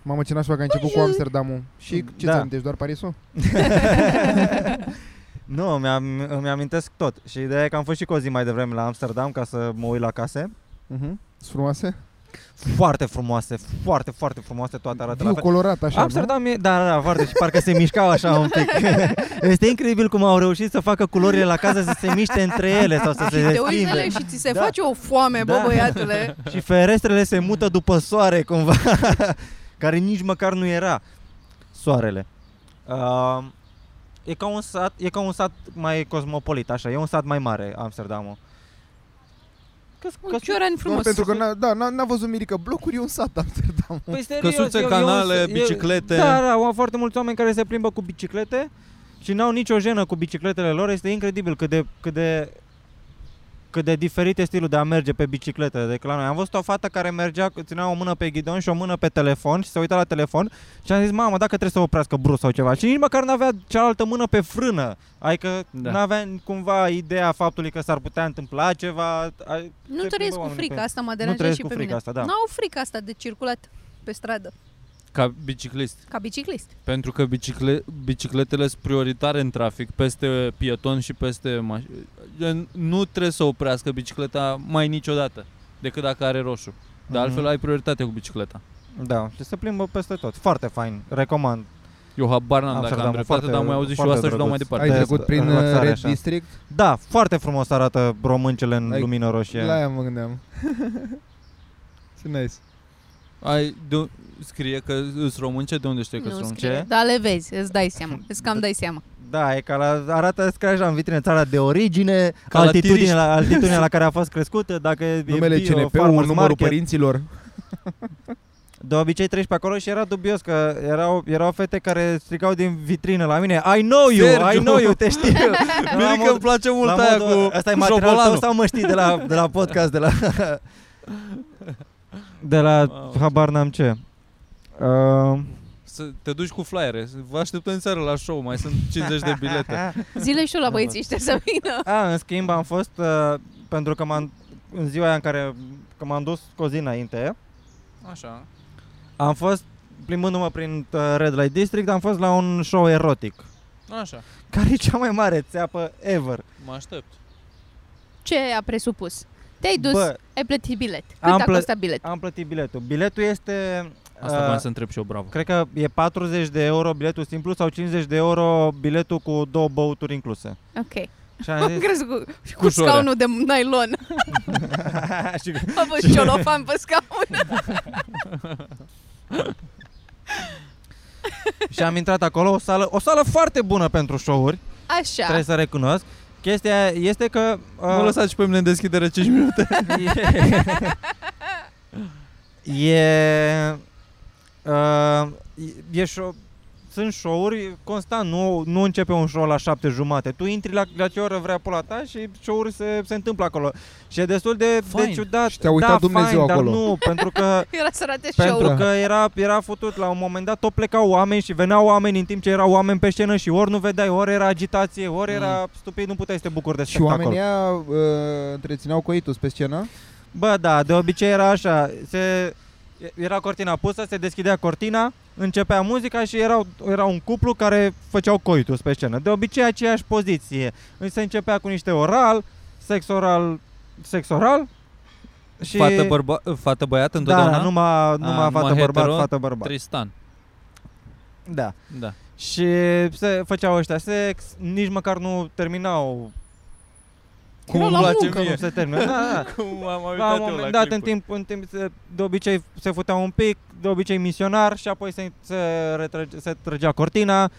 Mamă, ce nașpa că ai început cu Amsterdamul. Și ce Da. ți amintești, doar Parisul? Nu, îmi, îmi amintesc tot. Și ideea e că am fost și cu o zi mai devreme la Amsterdam ca să mă uit la case. Mhm. Sunt frumoase? Foarte frumoase, foarte, foarte frumoase, toate arată la Viu fel. colorat așa, Amsterdam e, da, da, da, foarte, și parcă se mișcau așa un pic. este incredibil cum au reușit să facă culorile la casă să se miște între ele sau să Și se te uiți la schimbe. ele și ți se Da. face o foame, bă, Da. băiatule. Și ferestrele se mută după soare cumva, care nici măcar nu era soarele. Uh, e, ca un sat, e ca un sat mai cosmopolit, așa, e un sat mai mare, Amsterdamul. Că, Un ciorani nu? Doar frumos. pentru că n-a, da, n-a, n-a văzut Mirica, blocuri e un sat Amsterdam. Păi serios, Căsuțe, eu- eu- canale, eu- biciclete. Da, da, au foarte mulți oameni care se plimbă cu biciclete și n-au nicio jenă cu bicicletele lor. Este incredibil cât de, cât de, cât de diferit e stilul de a merge pe bicicletă de la noi. Am văzut o fată care mergea, cu- ținea o mână pe ghidon și o mână pe telefon și se uita la telefon și am zis, mamă, dacă trebuie să oprească brusc sau ceva. Și nici măcar n-avea cealaltă mână pe frână. Adică Da. da. n-avea cumva ideea faptului că s-ar putea întâmpla ceva. Ai- Nu Se trăiesc plimbă cu oamenii frica pe- asta, mă nu deranjează trăiesc și cu pe frica mine. asta, da. N-au frica asta de circulat pe stradă, Ca biciclist. ca biciclist. Pentru că bicicle- bicicletele sunt prioritare în trafic, peste pieton și peste mașini. Nu trebuie să oprească bicicleta mai niciodată, decât dacă are roșu. Dar Mhm. altfel ai prioritate cu bicicleta. Da, și se plimbă peste tot. Foarte fain, recomand. Eu habar n-am dacă Amsterdam, am dreptate, da, foarte- dar am mai auzit și eu foarte asta și dau mai drăguț. departe. Ai Ai trecut trecut prin relaxare uh, Red așa. District? Da, foarte frumos arată româncele în Like- lumină roșie. La aia mă gândeam. Ce nice. Ai, de, scrie că sunt românce, de unde știi că sunt Nu românce? scrie. Dar le vezi, îți dai seama. Îți cam dai seama. Da, e ca la, arată scrie așa în vitrine țara de origine, Ca ca la altitudinea, tiriști. la, altitudinea la care a fost crescută, dacă e Numele bio, CNP-ul, farmers numărul market. părinților. De obicei treci pe acolo și era dubios că erau, erau fete care stricau din vitrină la mine I know you, Sergiu! I know you, te știu. La Bine că mod- îmi place mult la aia modul- cu Asta e cu materialul șobolanul. tău sau mă știi de la, de la podcast, de la... de la Mamă, habar n-am ce. Uh, Să te duci cu flyere. Vă așteptăm în seară la show, mai sunt 50 de bilete. Zile și tu la Da, mă. băieții ăștia să vină. A, în schimb am fost, uh, pentru că m-am, în ziua aia în care că m-am dus cu o zi înainte, Așa. am fost, plimbându-mă prin uh, Red Light District, am fost la un show erotic, Așa. care e cea mai mare țeapă ever. Mă aștept. Ce a presupus? Te-ai dus, Bă, ai plătit bilet. Cât am a plă- costat bilet? am plătit biletul. Biletul este... Asta uh, vreau să întreb și eu, bravo. Cred că e 40 de euro biletul simplu sau 50 de euro biletul cu două băuturi incluse. Ok. Și am Am zis, crescut cu, cu, cu sora. scaunul de nylon. și, Am fost ciolofan pe scaun. și am intrat acolo, o sală, o sală foarte bună pentru show-uri, Așa. trebuie să recunosc. Chestia este că... uh, Mă lăsați și pe mine în deschidere 5 minute. e, e, uh, e show, sunt show-uri constant, nu, nu începe un show la șapte jumate. Tu intri la, la ce oră vrea pula ta și show-uri se, se întâmplă acolo. Și e destul de, de Fain. ciudat. Și te-a uitat da, Dumnezeu fain, acolo. Da. Dar nu, pentru că Era să rate show-ul. pentru că era, era futut la un moment dat, tot plecau oameni și veneau oameni în timp ce erau oameni pe scenă și ori nu vedeai, ori era agitație, ori era stupid, nu puteai să te bucuri de Și spectacol. oamenii ăia uh, întrețineau coitus pe scenă? Bă, da, de obicei era așa, se, era cortina pusă, se deschidea cortina, începea muzica și erau, era un cuplu care făceau coitus pe scenă. De obicei aceeași poziție. Se începea cu niște oral, sex oral, sex oral și... Fată, bărba- fată băiat da, întotdeauna? da, numai, numai A, fată numai bărbat, hetero? fată bărbat. Tristan. Da. Da. Și se făceau ăștia sex, nici măcar nu terminau Cum Era la îmi place muncă. cum se termină. Da, da. Cum am uitat La un eu moment la dat, în clipuri. timp, în timp se, de obicei se futea un pic, de obicei misionar și apoi se, se, retrăge, se trăgea cortina,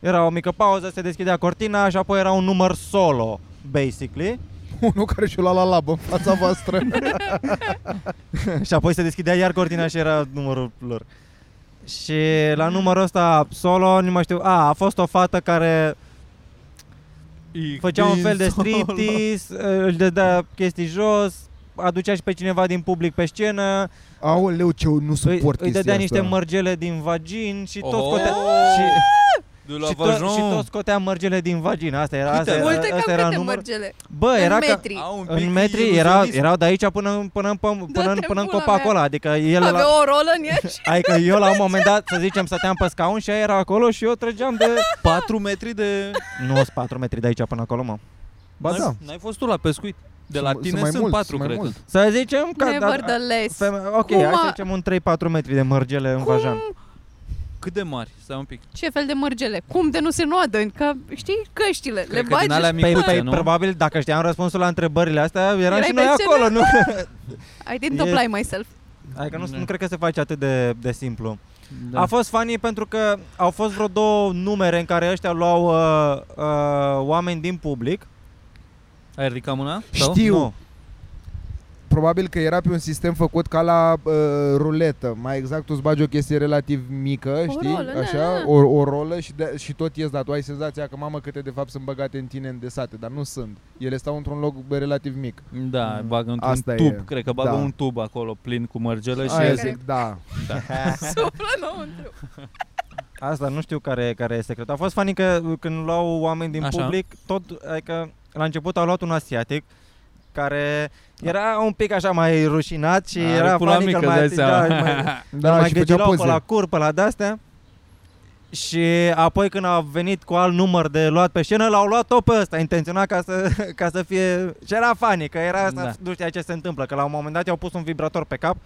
era o mică pauză, se deschidea cortina și apoi era un număr solo, basically, Unul care și-o lua la labă în fața voastră. și apoi se deschidea iar cortina și era numărul lor. Și la numărul ăsta solo, nu mai știu, a, a fost o fată care făcea un fel de striptease, ă, își dădea chestii jos, aducea și pe cineva din public pe scenă, Aoleu, ce nu Păi, îi, suport îi dădea chestia niște asta. mărgele din vagin și tot Oho! scotea... Și, Oh, De la și, tot, și tot scotea mărgele din vagin. Asta era, asta era, Multe asta cam era câte numărul. mărgele. Bă, în era ca, metri. în metri era, erau de aici până, în- până, în păm- până, în- Dă-te până în Da, pula copac mea. ăla. Adică el la, Avea o rolă în ea și adică eu la un moment dat, să zicem, stăteam pe scaun și ea era acolo și eu trăgeam de... 4 metri de... Nu, sunt 4 metri de aici până acolo, mă. Ba N-ai- da. N-ai fost tu la pescuit. De la Sunt- tine sunt mai sunt, mulți, 4, sunt mai cred. că. mulți. Să zicem că... nevertheless. feme- ok, Cum hai să a- zicem un 3-4 metri de mărgele în vajan. Cât de mari? Stai un pic. Ce fel de mărgele? Cum de nu se noadă? Ca, știi, căștile. le Cred că bagi din alea și- Păi, micuțe, păi nu? probabil, dacă știam răspunsul la întrebările astea, eram Erai și noi pe scenă? acolo, nu? I didn't e- apply myself. Adică nu, Da. nu cred că se face atât de, de simplu. Da. Da. A fost funny pentru că au fost vreo două numere în care ăștia luau uh, uh, oameni din public. Ai ridicat mâna? Sau? Știu, Nu. probabil că era pe un sistem făcut ca la uh, ruletă. Mai exact, tu îți bagi o chestie relativ mică, O știi? rolă, da, Așa, da. O, o rolă și, de, și tot ies, dar tu ai senzația că, mamă, câte de fapt sunt băgate în tine îndesate, dar nu sunt. Ele stau într-un loc bă, relativ mic. Da, bagă într-un Asta tub, e. cred că bagă Da. un tub acolo plin cu Deci, mărgele și Aia e- iese. zic, da. Suflă înăuntru. Asta nu știu care, care e secretul. A fost funny că uh, când luau oameni din Așa. public, tot, adică la început au luat un asiatic care era un pic așa mai rușinat și Are era pula funny mică, că îți mai, dai da, seama. mai, Da, mai și făcea găgilau pe poze. la cur, pe la de-astea. Și apoi când a venit cu alt număr de luat pe scenă, l-au luat tot pe ăsta, intenționat ca să, ca să fie... Și era funny, că era asta, Da. nu știa ce se întâmplă, că la un moment dat i-au pus un vibrator pe cap.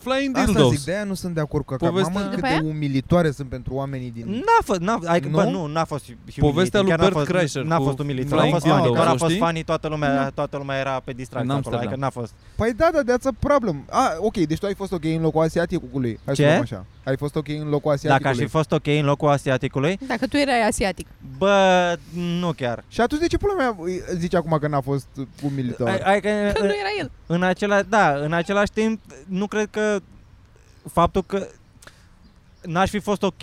Flying Asta dildos. zic, de aia nu sunt de acord cu că Povestea- mamă După cât aia? Mm? de umilitoare sunt pentru oamenii din... N-a fost, n-a, adică, nu? Bă, Nu? nu, n-a fost humiliating, Povestea lui chiar n-a Bert fost- Kreischer N-a cu fost umilitant, n-a Flying fost funny, Dildo, doar a o fost știi? Da. funny, toată lumea, toată lumea era pe distracție În acolo, adică Amsterdam. n-a fost. Păi da, da, that's a problem. Ah, ok, deci tu ai fost ok în locul asiaticului. Hai să Ce? luăm așa. Ai fost ok în locul Dacă asiaticului. aș fi fost ok în locul asiaticului, Dacă tu erai asiatic. bă, nu chiar. Și atunci de ce pula mea îi- zici acum că n-a fost Da. umilitor? Ai, ai, că, Că nu era el. În același, da, în același timp, nu cred că faptul că n-aș fi fost ok,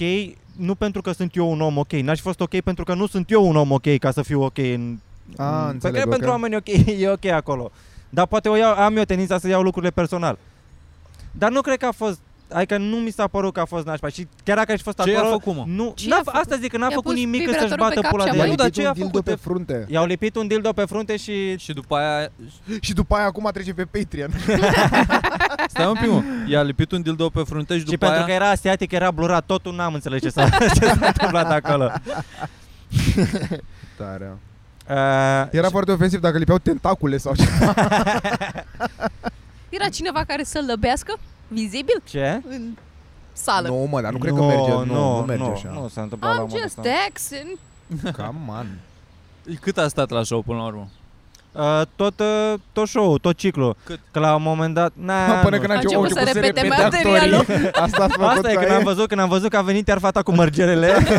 nu pentru că sunt eu un om ok, n-aș fi fost ok pentru că nu sunt eu un om ok ca să fiu ok în... A, în- Ah, înțeleg, Pe care ok. păi pentru oameni e ok, e ok acolo. Dar poate o iau, am eu tendința să iau lucrurile personal. Dar nu cred că a fost Adică nu mi s-a părut că a fost nașpa și chiar dacă aș fi fost Ce acolo... i-a făcut, mă? Nu, Ce n-a, i-a făcut? asta zic, că n-a I-a făcut pus nimic că să-și vibratorul pe bată cap pula și de a I-a el. bătut? Nu, dar lipit ce un i-a dildo făcut? pe De- frunte I-au lipit un dildo pe frunte și Și după aia Și după aia acum trece pe Patreon Stai un pic, mă. I-a lipit un dildo pe frunte și Și după pentru aia... că era asiatic, era blurat, totul n-am înțeles ce s-a, ce s-a întâmplat acolo. Tare Uh, Era foarte ofensiv dacă lipeau tentacule sau ceva Era cineva care să lăbească? Vizibil? ce? În sală. Nu mă, dar Ah, nu cred că merge Nu, nu merge nu, așa eh? nu s-a întâmplat la I'm modul just ăsta. accent. Cam man Cât a stat la show până la urmă? Uh, tot, uh, tot show-ul, tot ciclul. Cât? Că la un moment dat... Na, Până nu. când A a început început să să repete repete materialul. actorii. Asta a făcut Asta e când am văzut, când am văzut că a venit iar fata cu mărgerele. Asta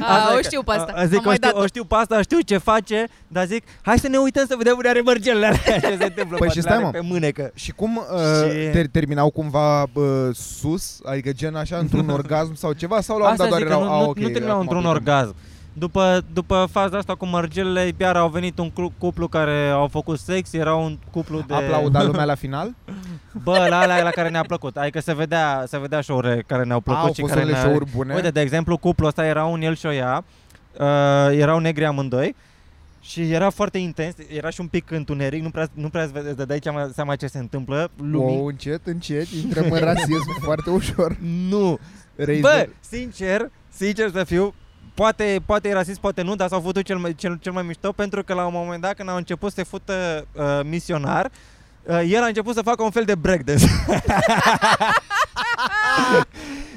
A, e Ah, o că- știu pe asta. A, zic, Am o mai știu, dat-o. o știu pe asta, știu ce face, dar zic, hai să ne uităm să vedem unde are mărgelele alea ce se întâmplă. Păi poate și le stai, are mă. Pe mânecă. Și cum uh, Și- ter- terminau cumva uh, sus, adică gen așa într-un orgasm sau ceva sau la un Asta dat doar zic că erau nu, a, nu, ok, nu terminau acum într-un plecăm. orgasm. După, după faza asta cu mărgelele, iar au venit un clu- cuplu care au făcut sex, era un cuplu de... Aplauda lumea la final? Bă, la alea la care ne-a plăcut. Adică se vedea, se vedea show-urile care ne-au plăcut Au și fost care unele ne show-uri bune. Uite, de exemplu, cuplul ăsta era un el și o ea, uh, erau negri amândoi și era foarte intens, era și un pic întuneric, nu prea, nu prea îți vede- îți dădeai seama, seama ce se întâmplă. Lumini. Wow, încet, încet, intrăm în rasism foarte ușor. Nu. Razer. Bă, sincer, sincer să fiu, poate, poate e rasist, poate nu, dar s-au făcut cel mai, cel, cel mai mișto pentru că la un moment dat când au început să se fută uh, misionar, uh, el a început să facă un fel de breakdance.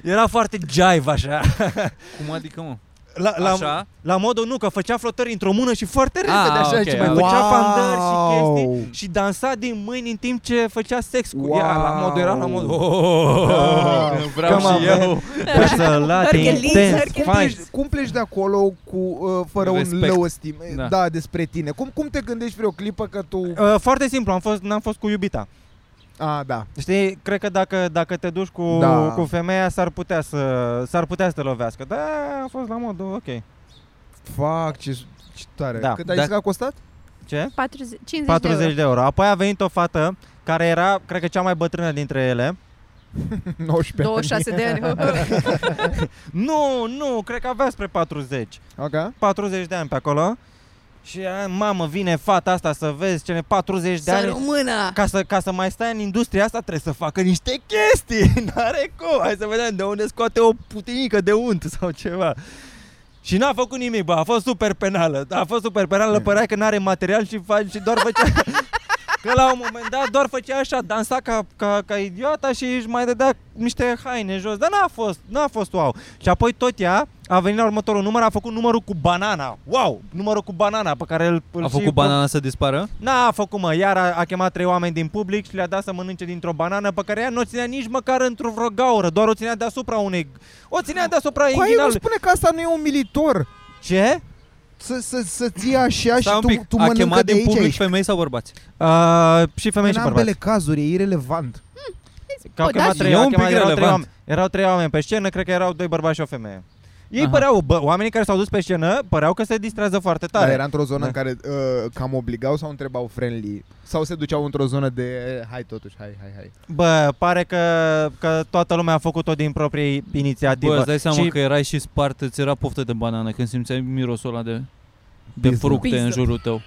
Era foarte jive așa. Cum adică, mă? La, la, Așa? la modul nu, că făcea flotări într-o mână și foarte repede Ah, așa, ok, și mai ok. făcea pandări și Wow! chestii și dansa din mâini în timp ce făcea sex cu ea, la modul era la modul... Wow! Oh, vreau Cam și avem. eu. Păsălate, Argheliță, intens, argheliță. Cum fain. pleci, cum pleci de acolo cu, uh, fără un Respect. low esteem da. Da. da, despre tine? Cum, cum te gândești vreo clipă că tu... Uh, foarte simplu, am fost, n-am fost cu iubita. A, da. Știi, cred că dacă, dacă te duci cu, Da. da. cu femeia s-ar putea, să, s-ar putea să te lovească. Da, a fost la modul, ok. Fac, ce, ce tare. Da, Cât ai da. zis că a costat? Ce? 40, 50 40 de de euro. euro. Apoi a venit o fată care era, cred că cea mai bătrână dintre ele. 19 26 de ani. Nu, nu, cred că avea spre 40. ani. Ok. 40 de ani pe acolo. Și a, mamă, vine fata asta să vezi ce ne 40 de Să ani. rămână! Ca să, ca să mai stai în industria asta trebuie să facă niște chestii N-are cum Hai să vedem de unde scoate o putinică de unt sau ceva și n-a făcut nimic, bă, a fost super penală. A fost super penală, părea că n-are material și, fa- și doar făcea... că la un moment dat doar făcea așa, dansa ca, ca, ca idiota și își mai dădea niște haine jos. Dar n-a fost, n-a fost wow. Și apoi tot ea a venit la următorul număr, a făcut numărul cu banana. Wow, numărul cu banana pe care îl... îl A și- făcut banana să dispară? N-a făcut mă, iar a, a chemat trei oameni din public și le-a dat să mănânce dintr-o banană pe care ea nu o ținea nici măcar într-o vreo gaură, doar o ținea deasupra unei... O ținea deasupra Păi nu inghinalului. spune că asta nu e umilitor. Ce? Să, să, să ții așa Stai și un tu, pic. tu a mănâncă chemat de din aici, public aici. femei sau bărbați? Uh, și femei În și bărbați. ambele cazuri e irelevant. Că au Bă, chemat da, trei, e au un chemat- pic erau, trei relevant. oameni, erau trei oameni pe scenă, cred că erau doi bărbați și o femeie. Ei Aha. păreau, bă, oamenii care s-au dus pe scenă, păreau că se distrează foarte Dar tare. era într-o zonă Da. în care uh, cam obligau sau întrebau friendly? Sau se duceau într-o zonă de uh, hai totuși, hai, hai, hai. Bă, pare că, că toată lumea a făcut-o din proprie inițiativă. Bă, îți dai seama și că erai și spart, îți era poftă de banană când simțeai mirosul ăla de, de Pizdă. fructe Pizdă. în jurul tău.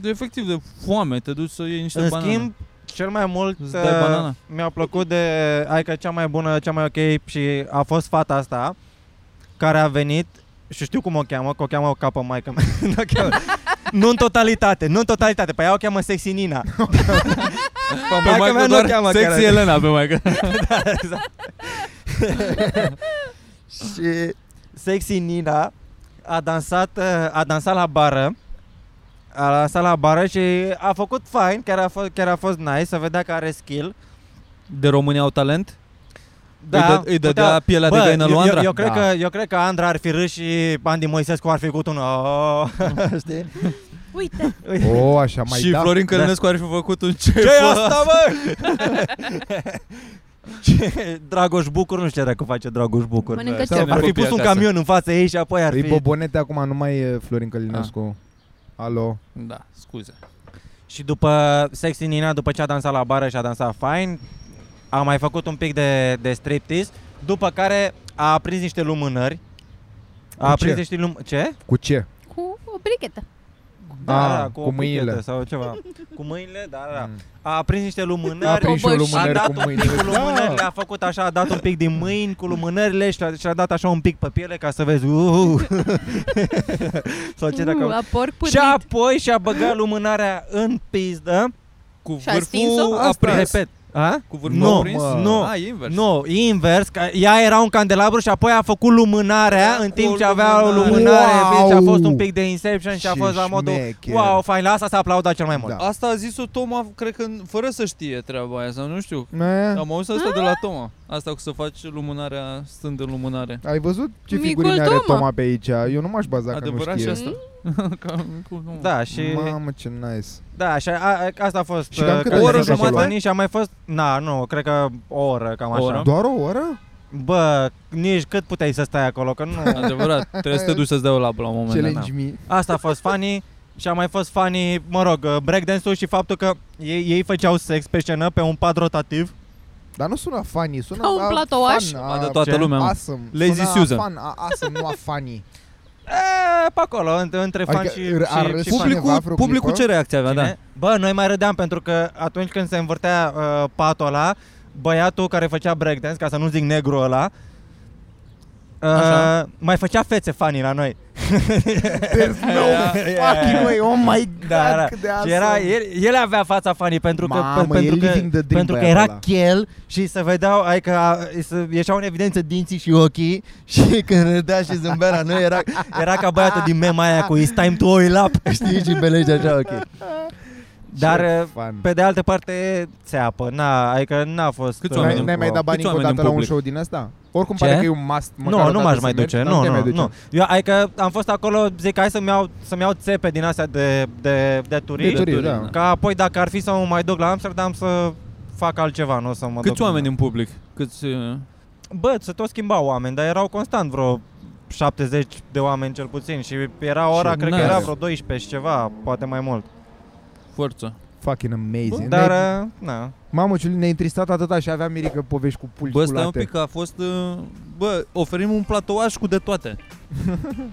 De efectiv, de foame, te duci să iei niște În banane. schimb, cel mai mult Îți dai banana. uh, mi-a plăcut de, ai că cea mai bună, cea mai ok și a fost fata asta care a venit și știu cum o cheamă, că o cheamă ca pe maică mea. nu, o cheamă. nu în totalitate, nu în totalitate, pe ea o cheamă Sexy Nina. Pe maică maică mea nu o doar cheamă Sexy chiar. Elena pe maică. și Sexy Nina a dansat, uh, a dansat la bară a dansat la bară și a făcut fine, chiar a fost, chiar a fost nice, să vedea că are skill. De România au talent? Da, îi, dă, îi putea- dădea pielea de găină lui eu, Andra? eu, eu, cred Da. că, eu cred că Andra ar fi râs și Andy Moisescu ar fi făcut un... Oh, știi? Uite, Uite. O, oh, așa mai și da. Florin Călinescu ar fi făcut un ce ce e asta, mă? Ce- Dragoș Bucur, nu știu dacă face Dragoș Bucur. Mănâncă bă. ce? Ar fi pus un camion în fața ei și apoi ar Îi fi... bobonete acum, nu mai e Florin Călinescu. Alo. Da, scuze. Și după Sexy Nina, după ce a dansat la bară și a dansat fine, a mai făcut un pic de, de striptease, după care a aprins niște lumânări. A Cu aprins ce? niște lumânări. Ce? Cu ce? cu o brichetă. Ah, cu o brichetă mâinile. Da, Sau ceva. Cu mâinile, da, da, da. Mm. A aprins niște A lumânări. aprins și o Bă, și A lumânări dat cu un pic cu mâinile. Da. lumânările, a făcut așa, a dat un pic din mâini cu lumânările și a, și a dat așa un pic pe piele ca să vezi. Uh, sau ce Uh, dacă... a porc Și pârnit. apoi și-a băgat lumânarea în pizdă Cu Și-a stins-o? vârful Asta aprins. Repet, A? Cu vârful Nu, prins? mă. Nu. A, e invers. Nu, invers, că ea era un candelabru și apoi a făcut lumânarea Cu în timp o ce avea o lumânare. lumânare Wow! wow! și a fost un pic de Inception și a Ce fost la modul șmecher. Wow, fain, la asta s-a aplaudat cel mai mult. Da. Asta a zis-o Toma, cred că în- fără să știe treaba aia sau nu știu. E, Eh. Am auzit asta de la Toma. Asta cu să faci lumânarea stând în lumânare. Ai văzut ce Micul figurine are Toma. Toma pe aici? Eu nu m-aș baza că nu Adevărat și știe. asta. Cam cu Toma. Da, și Mamă, ce nice. da, și a, a, asta a fost Și cam uh, cât că ai oră stat acolo? jumătate și a mai fost, na, nu, cred că o oră, cam așa. O oră? Doar o oră? Bă, nici cât puteai să stai acolo, că nu. Adevărat, trebuie să te duci să-ți dai o labă la un moment dat. Challenge me. Asta a fost funny și a mai fost funny, mă rog, uh, breakdance-ul și faptul că ei, ei făceau sex pe scenă pe un pad rotativ. Dar nu sună funny, sună Ca un a, platouaș. fun, Ba, a, de toată ce? lumea. mă. awesome. Lazy sună Susan. A fun, a, awesome, nu a funny. E, pe acolo, între, între fan Adică și, r- a și, râs și fan. Public- Cineva Publicul, vreo publicul clipă? ce reacție avea, da. Cine? Bă, noi mai râdeam pentru că atunci când se învârtea uh, patul ăla, băiatul care făcea breakdance, ca să nu zic negru ăla, Uh, Așa. mai făcea fețe fanii la noi. There's no Aia- fucking way, oh my god, Da, da. cât de Și awesome. era, el, el avea fața fanii pentru că, Mamă, pe- pentru e că, living the dream pentru că băiatul era ăla. chel și se vedeau, ai că a- să ieșeau în evidență dinții și ochii și când râdea și zâmbea la noi era, era ca băiatul din mema aia cu It's time to oil up, știi, și belești așa, ok. Dar Ce uh, fun. pe de altă parte, țeapă, na, adică n-a fost... Câți uh, oameni N-ai, în- n-ai mai dat bani Câți încă o oameni în dată la un public? show din ăsta? Oricum Ce? pare că e un must. măcar o Nu, nu dată m-aș să mai mergi, duce, dar nu, te mai nu, duce. nu. Eu, adică am fost acolo, zic, hai să-mi iau, să-mi iau țepe din astea de, de, de De turist. Deci- turism, Datorii, da. Ca apoi dacă ar fi să mă mai duc la Amsterdam să fac altceva, nu o să mă duc. Câți oameni în public? Câți... uh, Bă, se tot schimbau oameni, dar erau constant vreo 70 de oameni cel puțin și era ora, Ce cred că nice. era vreo 12 și ceva, poate mai mult. Forță. Fucking amazing. Dar, Ne-ai- uh, na. Mamă, Ciuli, ne-ai întristat atâta și aveam mirică povești cu pulci Bă, cu stai un late. pic, că a fost... uh, Bă, oferim un platouaș cu de toate.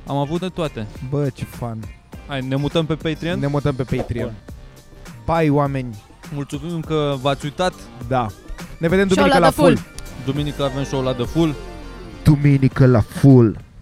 Am avut de toate. Bă, ce fan. Hai, ne mutăm pe Patreon. Ne mutăm pe Patreon. Pai, oameni. Mulțumim că v-ați uitat. Da. Ne vedem Și-au luat duminică la de full. full. Duminică avem show la The Full. Duminică la full.